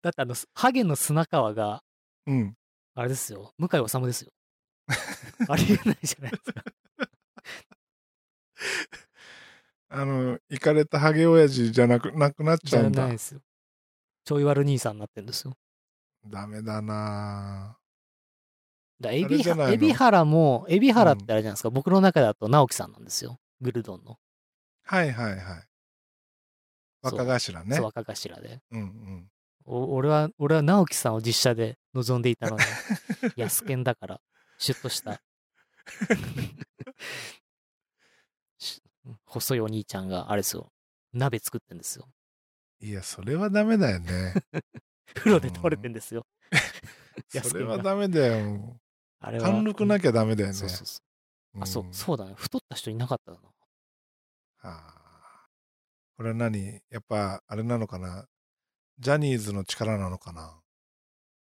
だってあの、ハゲの砂川が、あ。うん。あれですよ、向井治 <laughs> ですよ。ありえないじゃないですか。あの、行かれたハゲ親父じゃなく、なくなっちじゃゃうんなだい。ですよ。ちょい悪兄さんになってるんですよ。ダメだなだれエビじゃないハのエビハラも、エビハラってあれじゃないですか、僕の中だと直樹さんなんですよ。グルドンの。はいはいはい。若頭ねそう。若頭で。うんうん。 <laughs> お俺は、俺は直樹さんを実写で望んでいた <laughs> のに、安健だから、シュッとした。し細いお兄ちゃんが、あれですよ。鍋作ってんですよ。いや、それはダメだよね。風呂で倒れてんですよ。 <laughs> <laughs> 安それ健はが。ダメだよ。あれは貫禄なきゃダメだよね。そうそうそう。あ、そう、んそうだね。太った人いなかったな。あーこれは何やっぱ、あれなのかなジャニーズの力なのかな。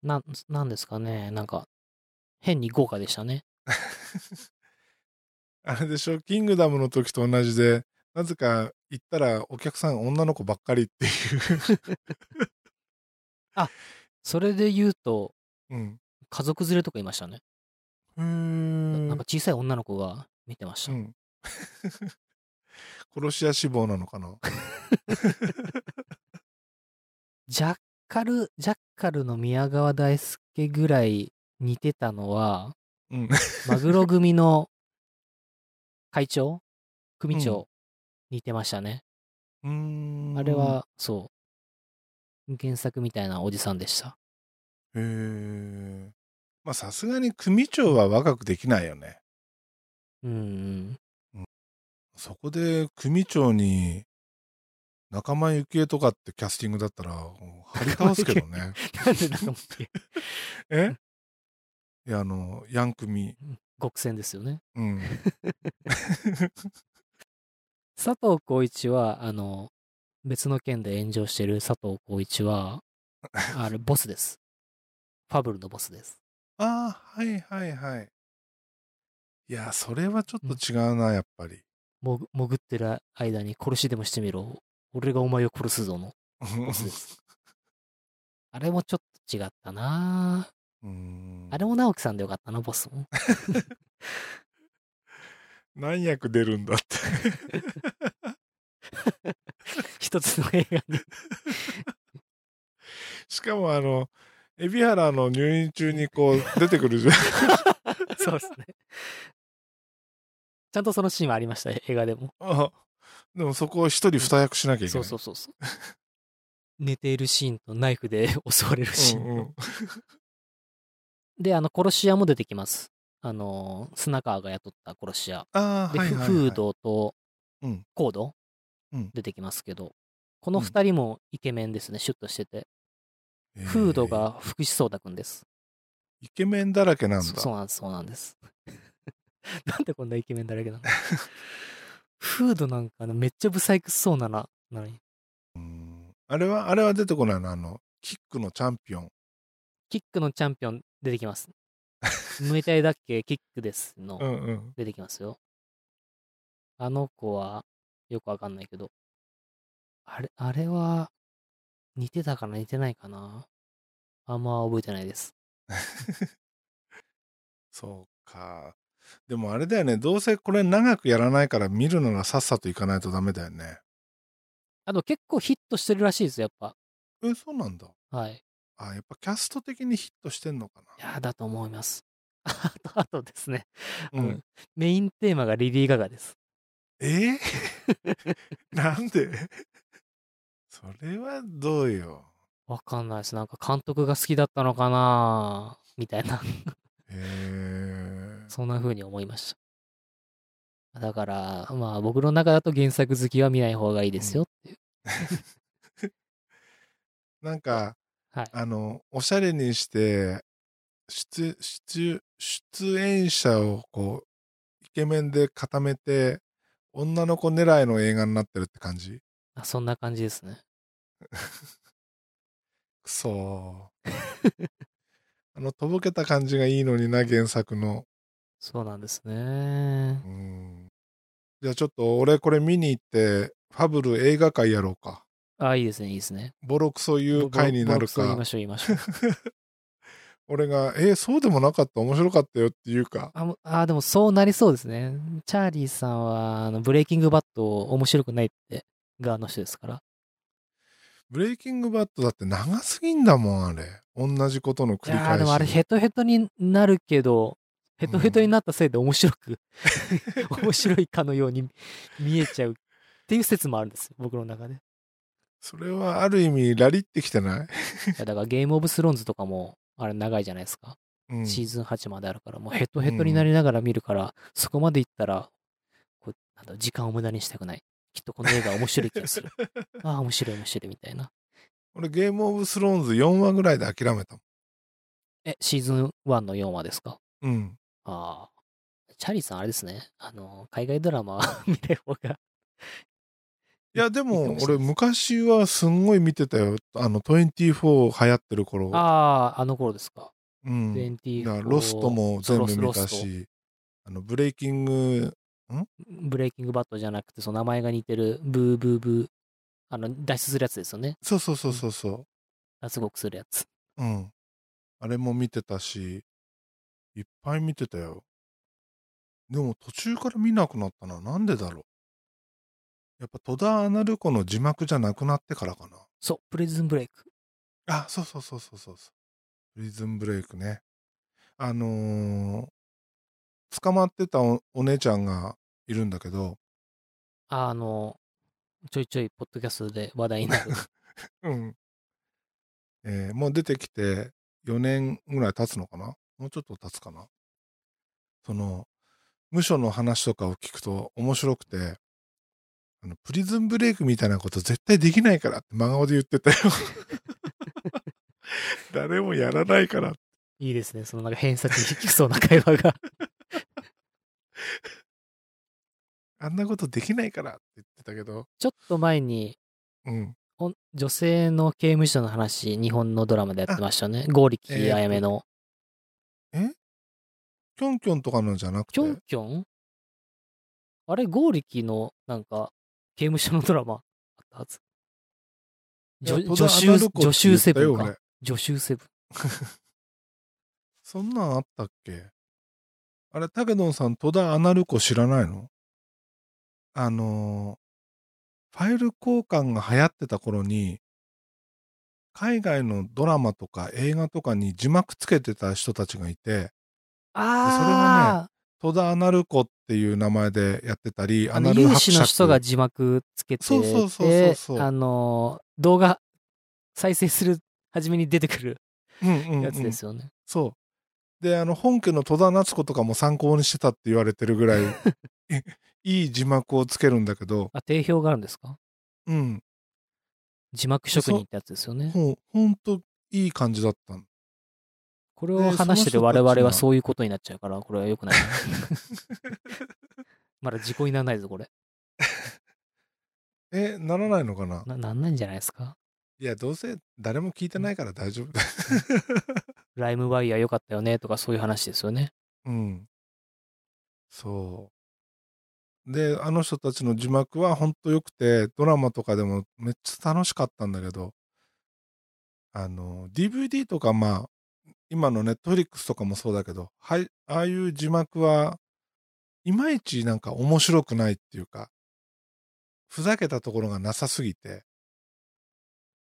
なん、なんですかね。なんか、変に豪華でしたね。あれでしょ、キングダムの時と同じで、なぜか行ったらお客さん女の子ばっかりっていう。 <laughs> それで言うと、うん。家族連れとかいましたね。うんなんか小さい女の子が見てましうた。ん。 <laughs> 殺し屋志望なのか <laughs> な。ジャッカル、ジャッカルの宮川大輔ぐらい似てたのは、うん。マグロ組の会長組長、似てましたね。うーんあれ。は、そう。原作みたいなおじさんでした。へえ。まあさすがに組長は若くできないよね。うん <laughs> うん。そこで組長に仲間由紀恵とかってキャスティングだったら、もう張り倒すけどね。なんで仲間って、えいや、あの、ヤン組。 <laughs> 極戦ですよね。うん。 <laughs> 佐藤浩市は、あの、別の件で炎上してる佐藤浩市は、 <laughs> あれ、ボスです。ファブルのボスです。ああ、はいはいはい。いや、それはちょっと違うな、やっぱり。もぐ潜ってる間に殺しでもしてみろ。俺がお前を殺すぞの。あれもちょっと違ったな <laughs> うんあれも直樹さんでよかったな、ボ <laughs> スも。何役出るんだって。 <laughs> <laughs> 一つの映 <laughs> 画に。しかもあの、海老原の入院中にこう出てくるじゃん。 <laughs> そうですね。ちゃんとそのシーンはありました、映画でも。あでもそこを一人二役しなきゃいけそなうい。そうそうそう。寝ているシーンとナイフで襲われるシーン。うんうんで、あの、殺し屋も出てきます。あのー、砂川が雇った殺し屋。ああ、で、はいはい、フはい。フードとうんコード、うん出てきますけど、この二人もイケメンですね、シュッとしてて。えーフード。が福士蒼太くんです。イケメンだらけなんだ。そそうなんです、そうなんです。 <laughs> なんでこんなイケメンだらけなの <laughs> フードなんかねめっちゃブサイクそうなな、なのに。うんあれは、あれは出てこないの。あの、キックのチャンピオン。キックのチャンピオン出て <laughs> きます。ムエタイだっけキックですのうんうん。出てきますよ。あの子はよくわかんないけど。あれ、あれは似てたかな似てないかなあんま覚えてないです。そうか。でもあれだよね。どうせこれ長くやらないから見るのがさっさといかないとダメだよね。あと結構ヒットしてるらしいです、やっぱ。え、そうなんだ。はい。あ、やっぱキャスト的にヒットしてんのかいやー、だと思います。 <laughs> あと、あとですね。な。あの。メインテーマがリリー・ガガです。えーなんでそれはどうよ。わかんないです。なんか監督が好きだったのかなみたいな。へえ。そんな風に思いました。だから、まあ僕の中だと原作好きは見ない方がいいですよっていう。なんか、はい。あの、おしゃれにして、出、出、出演者をこう、イケメンで固めて、女の子狙いの映画になってるって感じあそんな感じですね。くそー <laughs> あの、とぼけた感じがいいのにな、原作の。そうなんですねう。ん。じゃあちょっと、俺これ見に行って、ファブル映画会やろうか。あ、いいですね、いいですね。ボロクソ言う回になるそう言いまか、しょう、言いましょう。俺が、えーそうでもなかった、面白かったよっていうか、あもうあ、でもそうなりそうですね。チャーリーさんは、あの、ブレイキングバットを面白くないって側の人ですから。ブレイキングバッドだって長すぎんだもん、あれ。同じことのい繰りやー返でもあれし。ヘトヘトになるけど、ヘトヘトになったせいで面白く、 <laughs> 面白いかのように見えちゃうっていう説もあるんですよ、僕の中で。それはある意味、ラリってきてない、いやだからゲームオブスローンズとかも、あれ長いじゃないですか。うん、シーズン8まであるから、もうヘトヘトになりながら見るから、そこまでいったら、こうなんだろう時間を無駄にしたくない。きっとこの映画は面白い気が <laughs> する。ああ、面白い面白いみたいな。俺、ゲームオブスローンズ4話ぐらいで諦めたもえ、シーズン1の4話ですかん。うん。あ <laughs> あ。チャーリーさん、あれですね。あの、海外ドラマは見ない方がいや、で言ってもました俺昔はすんごい見てたよ。あの、24流行ってる頃。ああ、あの頃ですか。うん。 24だからロストも全部見た。そうロスロスし、あの、ブレイキング、トブレイキングバットじゃなくて、その名前が似てる、ブーブーブー。あの、脱出するやつですよね。そうそうそうそうそ脱獄するやつ。う。うん。あれも見てたし、いっぱい見てたよ。でも途中から見なくなったな。なんでだろう。やっぱ戸田アナルコの字幕じゃなくなってからかな。そう、プレズンブレイク。あ、そうそうそうそうそうそう。プリズンブレイクね。あのー捕まってたおお姉ちゃんがいるんだけど、ああの、ちょいちょい、ポッドキャストで話題に <laughs> なる。うん。えーもう出てきて4年ぐらい経つのかなもうちょっと経つかなその、無所の話とかを聞くと面白くて、あのプリズンブレイクみたいなこと絶対できないからって真顔で言ってた <laughs> よ。誰もやらないからいいですね。そのなんか偏差値低そうな会話 <laughs> が。あんなことできないからって言ってたけど、ちょっと前に、うん。おん女性の刑務所の話、日本のドラマでやってましたよね。剛力えーあやめの。キョンキョンとかのじゃなくて、キョンキョンあれ、剛力の、なんか、刑務所のドラマあったはず。じょいや女戸田ア囚、ナルコって女囚セブン言ったよか俺。女囚セブン。そんなんあったっけあれ、タケドンさん、戸田アナルコ知らないのあのーファイル交換が流行ってた頃に、海外のドラマとか映画とかに字幕つけてた人たちがいて、あ戸田アナルコっていう名前でやってたり、あ、あアの、ナル有伯志の人爵が字幕つけてて、そうそうそうそうそうあの、動画再生する、初めに出てくるうんうんうんやつですよね。そう。で、あの、本家の戸田夏子とかも参考にしてたって言われてるぐらい、えいい字幕をつけるんだけど、あ、定評があるんですかうん、字幕職人ってやつですよね。ほうほんといい感じだったのこれでを話しそてての人我たちが々はそういうことになっちゃうから、これは良くない。 <laughs> まだ時効にならないぞ、これ。え、ならないのかなな、なんないんじゃないですかいや、どうせ誰も聞いてないから大丈夫だ。ライムワイヤー良かったよねとかそういう話ですよね。うん。そう。で、あの人たちの字幕はほんと良くて、ドラマとかでもめっちゃ楽しかったんだけど、あの、DVD とかまあ、今のネットフリックスとかもそうだけど、はい、ああいう字幕はいまいちなんか面白くないっていうか、ふざけたところがなさすぎて、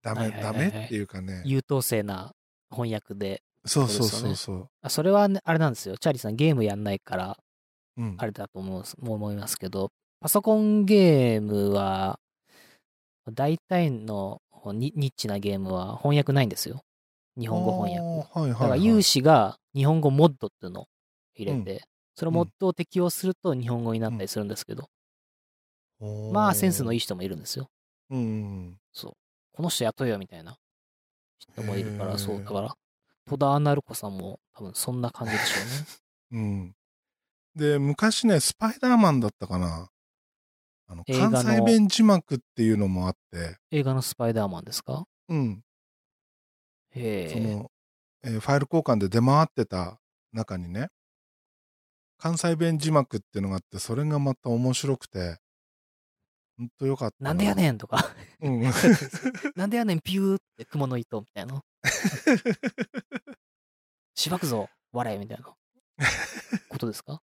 ダメ、はいはいはいはいダメっていうかね。優等生な翻訳で。そうそうそうですそようねそう。あそれはね、あれなんですよ。チャーリーさんゲームやんないから、うんあれだと思う、思いますけど、パソコンゲームは、大体のニニッチなゲームは翻訳ないんですよ。日本語翻訳。あーはいはい、だから有志が日本語モッドっていうのを入れて、そのモッドを適用すると日本語になったりするんですけど、まあセンスのいいい。人もいるんですよ。うんうんこの人雇えよみたいな人もいるかへら、ーそう、だから、戸田アナルコさんも多分そんな感じで <laughs> しょううね。ん。うん。で、昔ね、スパイダーマンだったかな。あの映画関西の弁字幕っていうのもあって、映画のスパイダーマンですかうん。そへの、えーファイル交換で出回ってた中にね、関西弁字幕っていうのがあって、それがまた面白くて、ほんとよかったえ。なんでやねんとか、うん。 <laughs> なんでやねんピューって雲の糸みたいな。しばくぞ、笑えみたいな。ことですか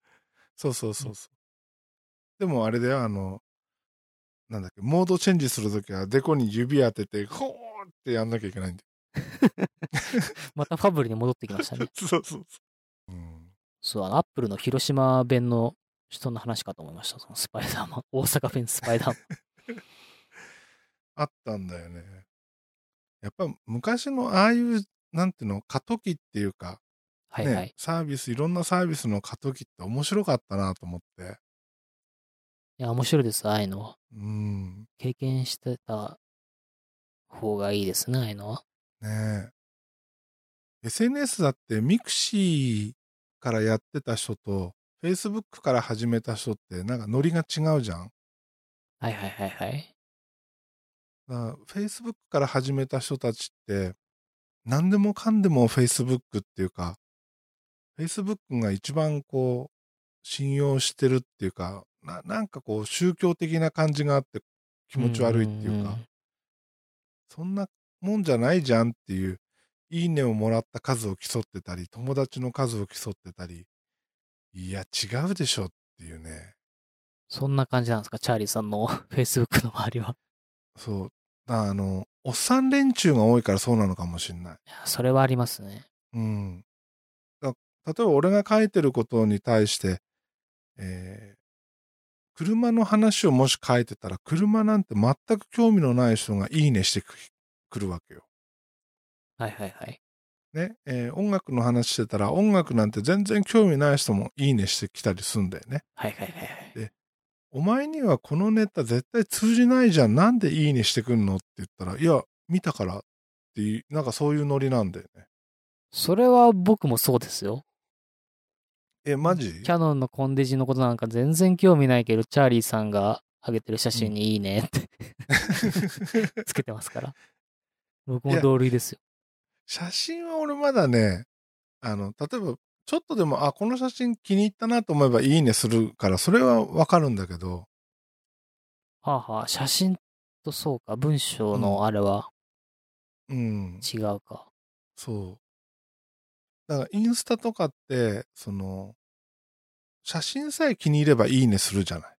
そうそうそうそう。でもあれだよ、あの、なんだっけ、モードチェンジするときは、デコに指当てて、ほーってやんなきゃいけないんだ <laughs> またファブルに戻ってきましたよね。。 <laughs> そうそうそう。うん、 <laughs> そう、あの、アップルの広島弁の人の話かと思いました。そのスパイダーマン、大阪弁スパ <laughs> イダーマン。あったんだよね。やっぱ昔のああいう、なんていうの、過渡期っていうか、はいはい。ね、サービス、いろんなサービスの過渡期って面白かったなと思って。いや、面白いです、ああいうのは。うん。経験してた方がいいですね、ああいうのは。ねえ。SNS だってミクシーからやってた人と Facebook から始めた人ってなんかノリが違うじゃん。はいはいはいはい。あ Facebook から始めた人たちって、何でもかんでも Facebook っていうか、Facebook が一番こう、信用してるっていうか、ななんかこう、宗教的な感じがあって気持ち悪いっていうか、そんなもんじゃないじゃんっていう、いいねをもらった数を競ってたり、友達の数を競ってたり、いや、違うでしょっていうね。そんな感じなんですか、チャーリーさんの <laughs> Facebook の周りは。そう。あの、おっさん連中が多いからそうなのかもしんない。いやそれはありますね。うん。だ例えば俺が書いてることに対して、えー車の話をもし書いてたら、車なんて全く興味のない人がいいねしてくくるわけよ。はいはいはい。ね、えー音楽の話してたら、音楽なんて全然興味ない人もいいねしてきたりすんだよね。はいはいはいはい。お前にはこのネタ絶対通じないじゃん。なんでいいねしてくんのって言ったら、いや、見たからっていう、なんかそういうノリなんだよね。それは僕もそうですよ。え、マジ <laughs> キャノンのコンデジのことなんか全然興味ないけど、チャーリーさんが上げてる写真にいいねってつけてますから。僕も同類ですよ。写真は俺まだね、あの、例えば、ちょっとでも、あ、この写真気に入ったなと思えばいいねするから、それはわかるんだけど、はあはあ、写真とそうか、文章のあれはうん、違うか。そう。だから、インスタとかって、その、写真さえ気に入ればいいねするじゃない。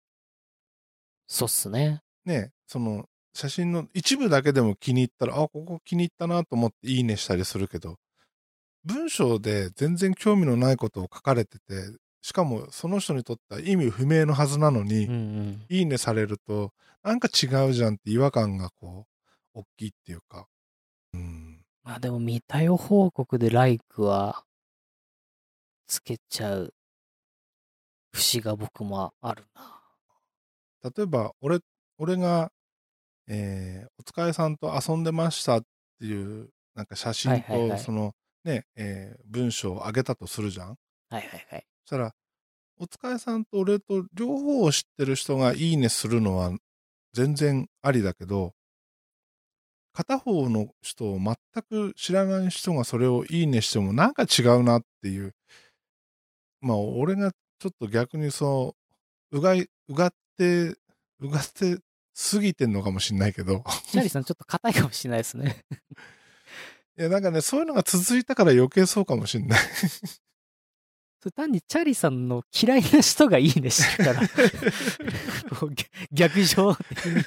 そうっすね。ね、その、写真の一部だけでも気に入ったら、あ、ここ気に入ったなと思っていいねしたりするけど、文章で全然興味のないことを書かれてて、しかもその人にとっては意味不明のはずなのに、うんうん。いいねされると、なんか違うじゃんって違和感がこう、大きいっていうか。うん。まあでも未対応報告でライクはつけちゃう節が僕もあるな。例えば、俺、俺が、えーお疲れさんと遊んでましたっていう、なんか写真はいはいはと、いその、ね、えー文章をあげたとするじゃんはいはいはい。そしたら、お疲れさんと俺と両方を知ってる人がいいねするのは全然ありだけど、片方の人を全く知らない人がそれをいいねしてもなんか違うなっていう。まあ、俺がちょっと逆にそう、うがい、うがって、うがって過ぎてんのかもしんないけど。 <laughs> チャーリーさんちょっと硬いかもしれないですね。いや、なんかね、そういうのが続いたから余計そうかもしんない。 <laughs> それ単にチャーリーさんの嫌いな人がいいねしてたら <laughs> こう逆逆上的に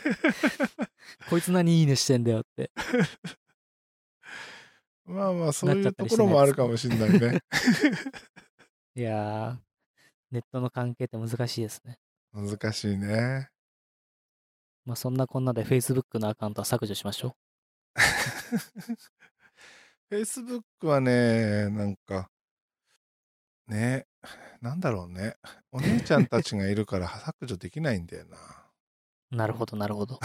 こいつ何いいねしてんだよってまあまあ、そういうところもあるかもしんないね。いやーネットの関係って難しいですね難しいね。まあそんなこんなで Facebook のアカウントは削除しましょうフェイスブックはね、なんか、ね、なんだろうね。お姉ちゃんたちがいるから削除できないんだよな。なるほどなるほど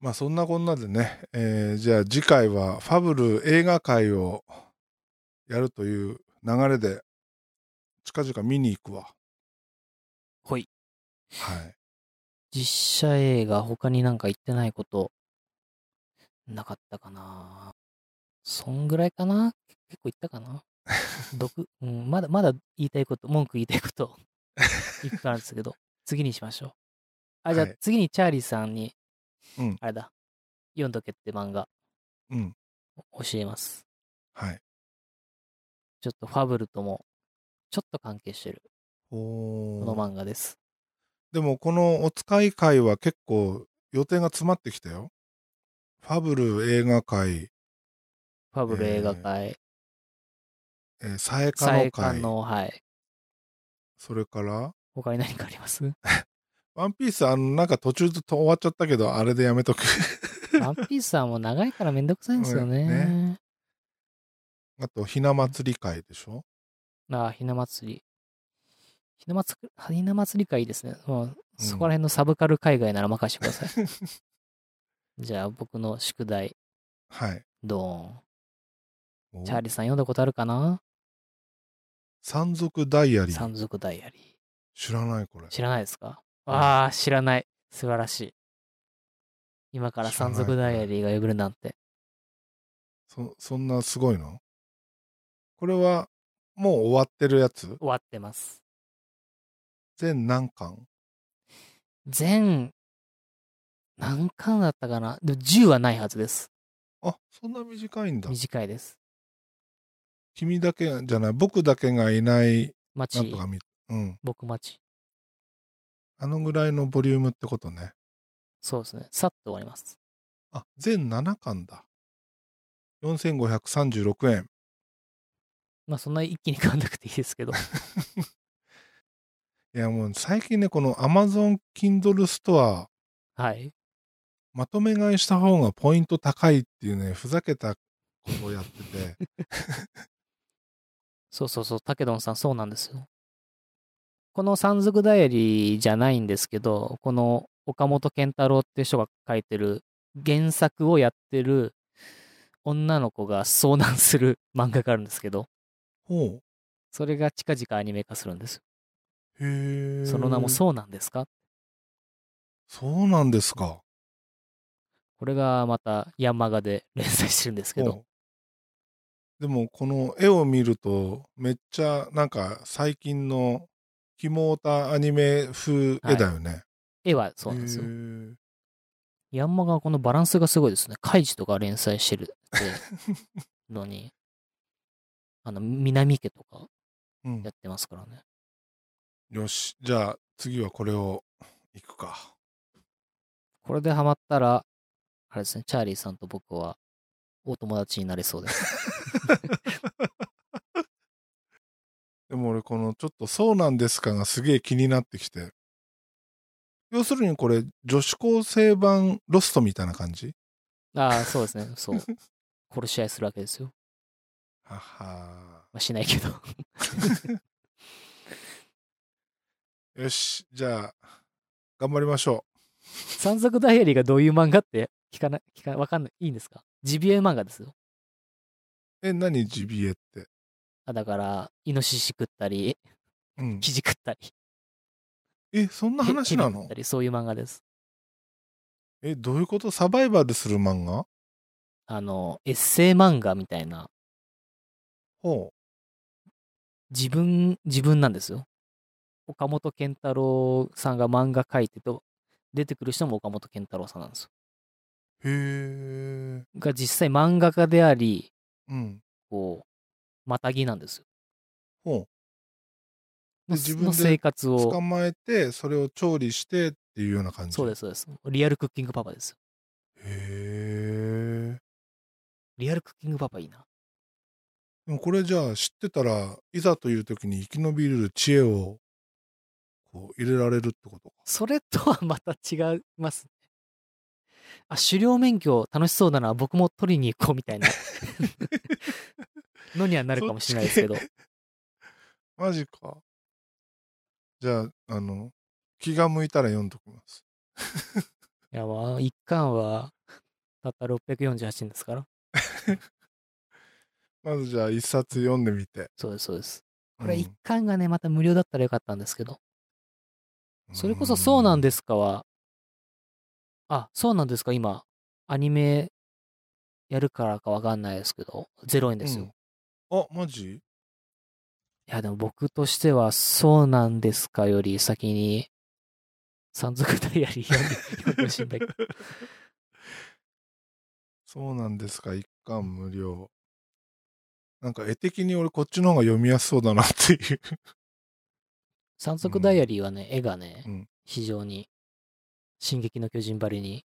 まあそんなこんなでね、えーじゃあ次回はファブル映画会をやるという流れで、近々見に行くわ。ほいはい。実写映画他になんか言ってないことなかったかなそんぐらいかな結構言ったかな毒、うん、まだまだ言いたいこと文句言いたいこと <laughs> いっぱいあるんですけど次にしましょうあじゃあはい次にチャーリーさんに、うんあれだ読んどけって漫画うん。教えますはい。ちょっとファブルともちょっと関係してるこの漫画ですでもこのお使い会は結構予定が詰まってきたよ。ファブル映画会、ファブル映画界えー、サエカ再の刊会、のはいそれから、他に何かありますワンピース、あの、なんか途中で終わっちゃったけど、あれでやめとく。 <laughs> ワンピースさんも長いからめんどくさいんですよね。そうですあと、ひな祭り会でしょああ、ひな祭り。ひな祭り、ひな祭り会いいですね。もうそこら辺のサブカル海外なら任せてください。 <laughs> じゃあ僕の宿題、はい。ドーン。おチャーリーさん読んだことあるかな山賊ダイアリー。山賊ダイアリ知らないこれー。。知らないですかんああ、知らない。素晴らしい。今から山賊ダイアリーが呼べるなんて。そそんなすごいのこれはもう終わってるやつ終わってます。全何巻全、何巻だったかなでも10はないはずです。あそんな短いんだ短いです。君だけじゃない僕だけがいないな町んと、かみうん僕町。あのぐらいのボリュームってことねそうですね。さっと終わります。あ全7巻だ4536円まあそんな一気に買わなくていいですけ <laughs> ど。いやもう最近ねこの Amazon Kindle ストアはい。まとめ買いした方がポイント高いっていうねふざけたことをやって <laughs> てそうそうそう、武ンさん、そうなんですよ。この山賊ダイアリーじゃないんですけど、この岡本健太郎っていう人が書いてる原作をやってる女の子が遭難する <laughs> 漫画があるんですけど、ほそれが近々アニメ化するんですよ。うへえその名もそそうなんですかそうなんですかこれがまたヤンマガで連載してるんですけど、ほうでもこの絵を見るとめっちゃなんか最近のキモータアニメ風絵だよね、絵はそうなんですよへ。ーヤンマガはこのバランスがすごいですね。カイジとか連載し <laughs> てるってのに、あの、南家とかうんやってますからね。よしじゃあ次はこれをいくかこれでハマったら、あれですね、チャーリーさんと僕はお友達になれそうです。 <laughs> でも俺このちょっと「そうなんですか」がすげえ気になってきて要するにこれ女子高生版ロストみたいな感じああ、そうですね、そう。殺し合いするわけですよ。ははまあ、しないけど。 <laughs> よしじゃあ頑張りましょ山賊ダイアリーがどういう漫画って聞かない、聞かない、わかんない、いいんですかジビエ漫画ですよ。うえ何ジビエってあだから、イノシシ食ったり、うんキジ食ったり、えそんな話なヘビ食のったり、そういう漫画です。えどういうことサバイバルする漫画あの、エッセイ漫画みたいな、ほ自分、自分なんですよ。岡本健太郎さんが漫画描いてと、出てくる人も岡本健太郎さんなんですようへえが実際漫画家であり、うんこう、またぎなんですよ。ほうでの自分の生で活捕を。まえてそれを調理してっていうような感じそうですす、そうです。リアルクッキングパパですよ。へえリアルクッキングパパいいな。でもこれじゃあ知ってたらいざという時に生き延びる知恵をこう入れられるってことかそれとはまた違いますね。あ、狩猟免許楽しそうだな。僕も取りに行こうみたい <laughs> なのにはなるかもしれないですけどそ。マジかじゃああの気が向いたら読んどきますいや、まあ、一巻は、 <laughs> たった648円ですから。まずじゃあ一冊読んでみてそうです、そうです。ここれ一巻がね、また無料だったらよかったんですけど。それこそそうなんでですかは、あ、そうなんですか、今、アニメやるからかわかんないですけど、0円ですよ。うんいあマジや、でも僕としては、そうなんですかより先に、山賊ダイアリー読んで読んでほしいん <laughs> だけど。そうなんですか、一巻無料。なんか絵的に俺こっちの方が読みやすそうだなっていう。山賊ダイアリーはね、絵がね、うん非常に、進撃の巨人ばりに、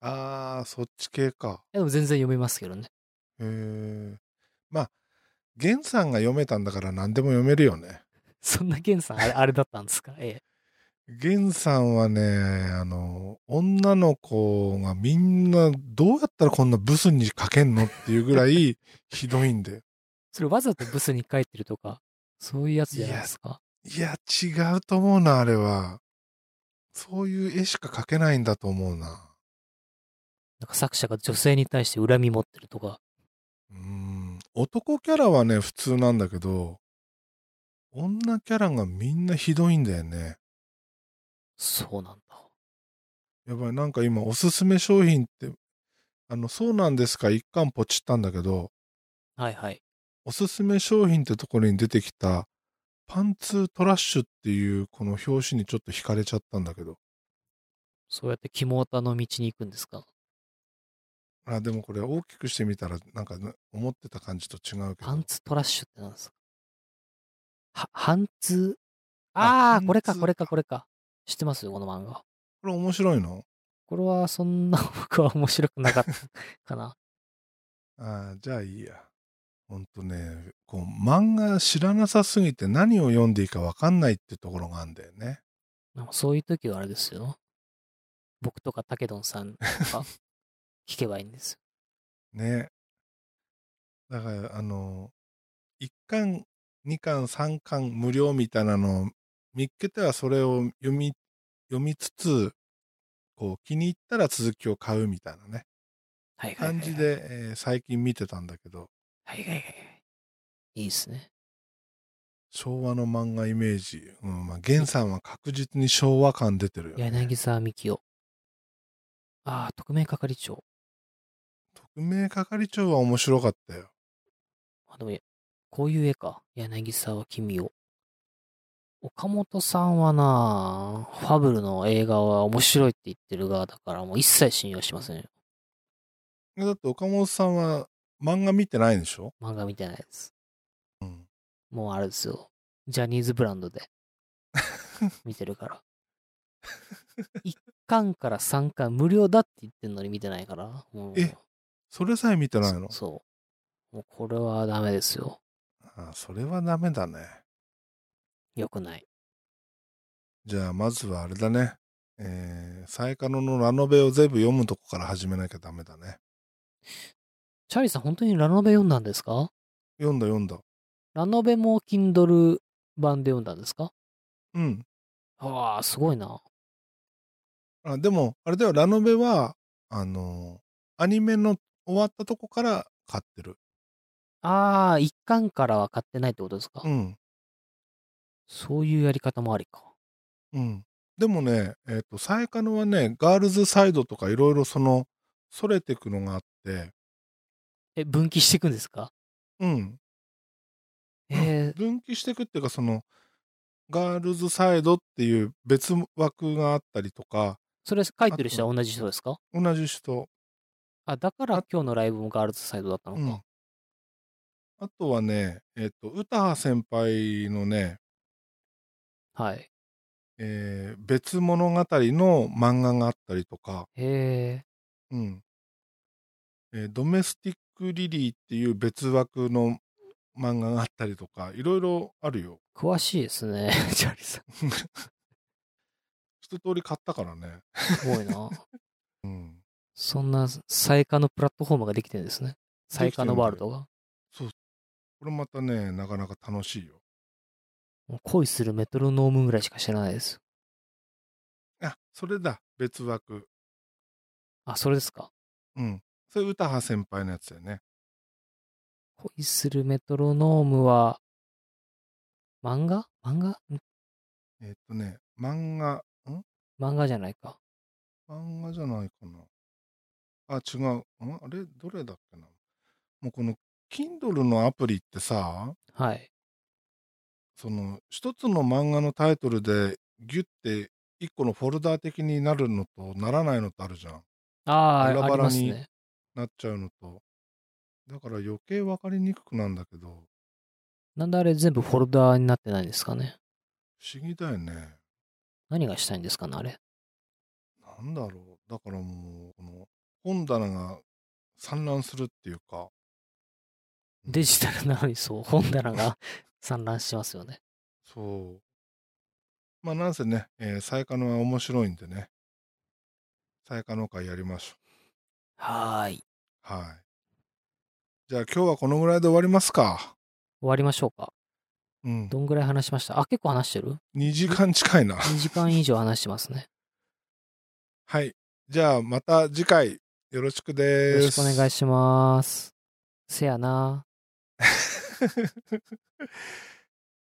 あー、そっち系か。えでも全然読めますけどね。へえ。まあ、源さんが読めたんだから何でも読めるよね。 <laughs> そんなゲンさん、あれあれだったんですか、ええ。源さんはね、あの、女の子がみんなどうやったらこんなブスに書けんのっていうぐらいひどいんで。それわざとブスに書いてるとか、そういうやつじゃないですか。いや、違うと思うな、あれは。そういう絵しか描けないんだと思うな。なんか作者が女性に対して恨み持ってるとか、うーん男キャラはね普通なんだけど女キャラがみんなひどいんだよねそうなんだ。やばい、なんか今おすすめ商品って、あの、そうなんですか、一巻ポチったんだけど、はいはい。おすすめ商品ってところに出てきた、パンツトラッシュっていうこの表紙にちょっと惹かれちゃったんだけど。そうやって肝タの道に行くんですかあ、でもこれ大きくしてみたら、なんかね思ってた感じと違うけど。パンツトラッシュってなんですかは、半通パああンツー、これか、これか、これか。知ってますよ、この漫画。これ面白いのこれはそんな僕は面白くなかったかな。 <laughs> あーじゃあいいや。ほんとね、こう、漫画知らなさすぎて何を読んでいいかわかんないってところがあるんだよね。なんかそういう時はあれですよ。僕とかタケドンさんと <laughs> か聞けばいいんですよ。ね。だから、あの、1巻、2巻、3巻無料みたいなのを見っけてはそれを読み、読みつつ、こう気に入ったら続きを買うみたいなね、はいはいは感い、はい。じ。で、えー最近見てたんだけど、はいはいはいはい。いいですね。昭和の漫画イメージ、うん、まあ、源さんは確実に昭和感出てるよね。柳沢幹雄。ああ、特命係長。特命係長は面白かったよ。あ、でも、こういう絵か。柳沢君を。岡本さんはなあ、ファブルの映画は面白いって言ってる側だから、もう一切信用しませんよ。だって岡本さんは漫画見てないんでしょ、漫画見てないです。うん、もうあれですよ。ジャニーズブランドで見てるから。1巻から3巻無料だって言ってんのに見てないから。もうえそれさえ見てないのそう。もうこれはダメですよ。あそれはダメだね。良くない。じゃあまずはあれだね。えー、サイカノのラノベを全部読むとこから始めなきゃダメだね。チャーリーさん、本当にラノベ読んだんですか読んだ読んだ。ラノベも Kindle 版で読んだんですかうん。ああ、すごいな。あでも、あれだよ、ラノベは、あのーアニメの終わったとこから買ってる。ああ、1巻からは買ってないってことですか、うん。そういうやり方もありか。うん。でもね、えっ、と、サイカノはね、ガールズサイドとかいろいろその、それてくのがあって、え、分岐していくんですかうん。えー、分岐していくっていうか、その、ガールズサイドっていう別枠があったりとか、それ書いてる人は同じ人ですか同じ人、あ、だから今日のライブもガールズサイドだったのか。うんあとはね、えっ、と、歌羽先輩のね、はい。えー別物語の漫画があったりとか、へえ。うんえードメスティック・リリーっていう別枠の漫画があったりとか、いろいろあるよ。 <laughs> 詳しいですね、 <laughs> チャーリーさん。一通り買ったからね。すごいな。うん。そんな最下のプラットフォームができてるんですね。最下のワールドが。これまたね、なかなか楽しいよ。もう恋するメトロノームぐらいしか知らないです。あ、それだ。別枠。あ、それですか。うん。それ歌羽先輩のやつだよね。恋するメトロノームは、漫画漫画んえっ、とね、漫画、ん漫画じゃないか。漫画じゃないかな。あ、違う。んあれどれだっけな。もうこの Kindle のアプリってさ、はい。その一つの漫画のタイトルでギュって一個のフォルダー的になるのとならないのとあるじゃん。あバあ、ラあバりラますにね。なっちゃうのと。だから余計わかりにくくなんだけど、なんであれ全部フォルダーになってないんですかね。不思議だよね。何がしたいんですかね、あれ。なんだろう。だからもう、この本棚が散乱するっていうか。うんデジタルなのにそう、本棚が <laughs> 散乱してますよね。そう。まあなんせね、えー、サイカノは面白いんでね。サイカノ会やりましょはーい。終う。はい。じゃあ今日はこのぐらいで終わりますか。わりましょうか。うん。どんぐらい話しましたあ、結構話してる2時間近いな。 ?2 時間以上話してますね。はい。じゃあまた次回よろしくよです。ろしくお願いします。せやまな。す。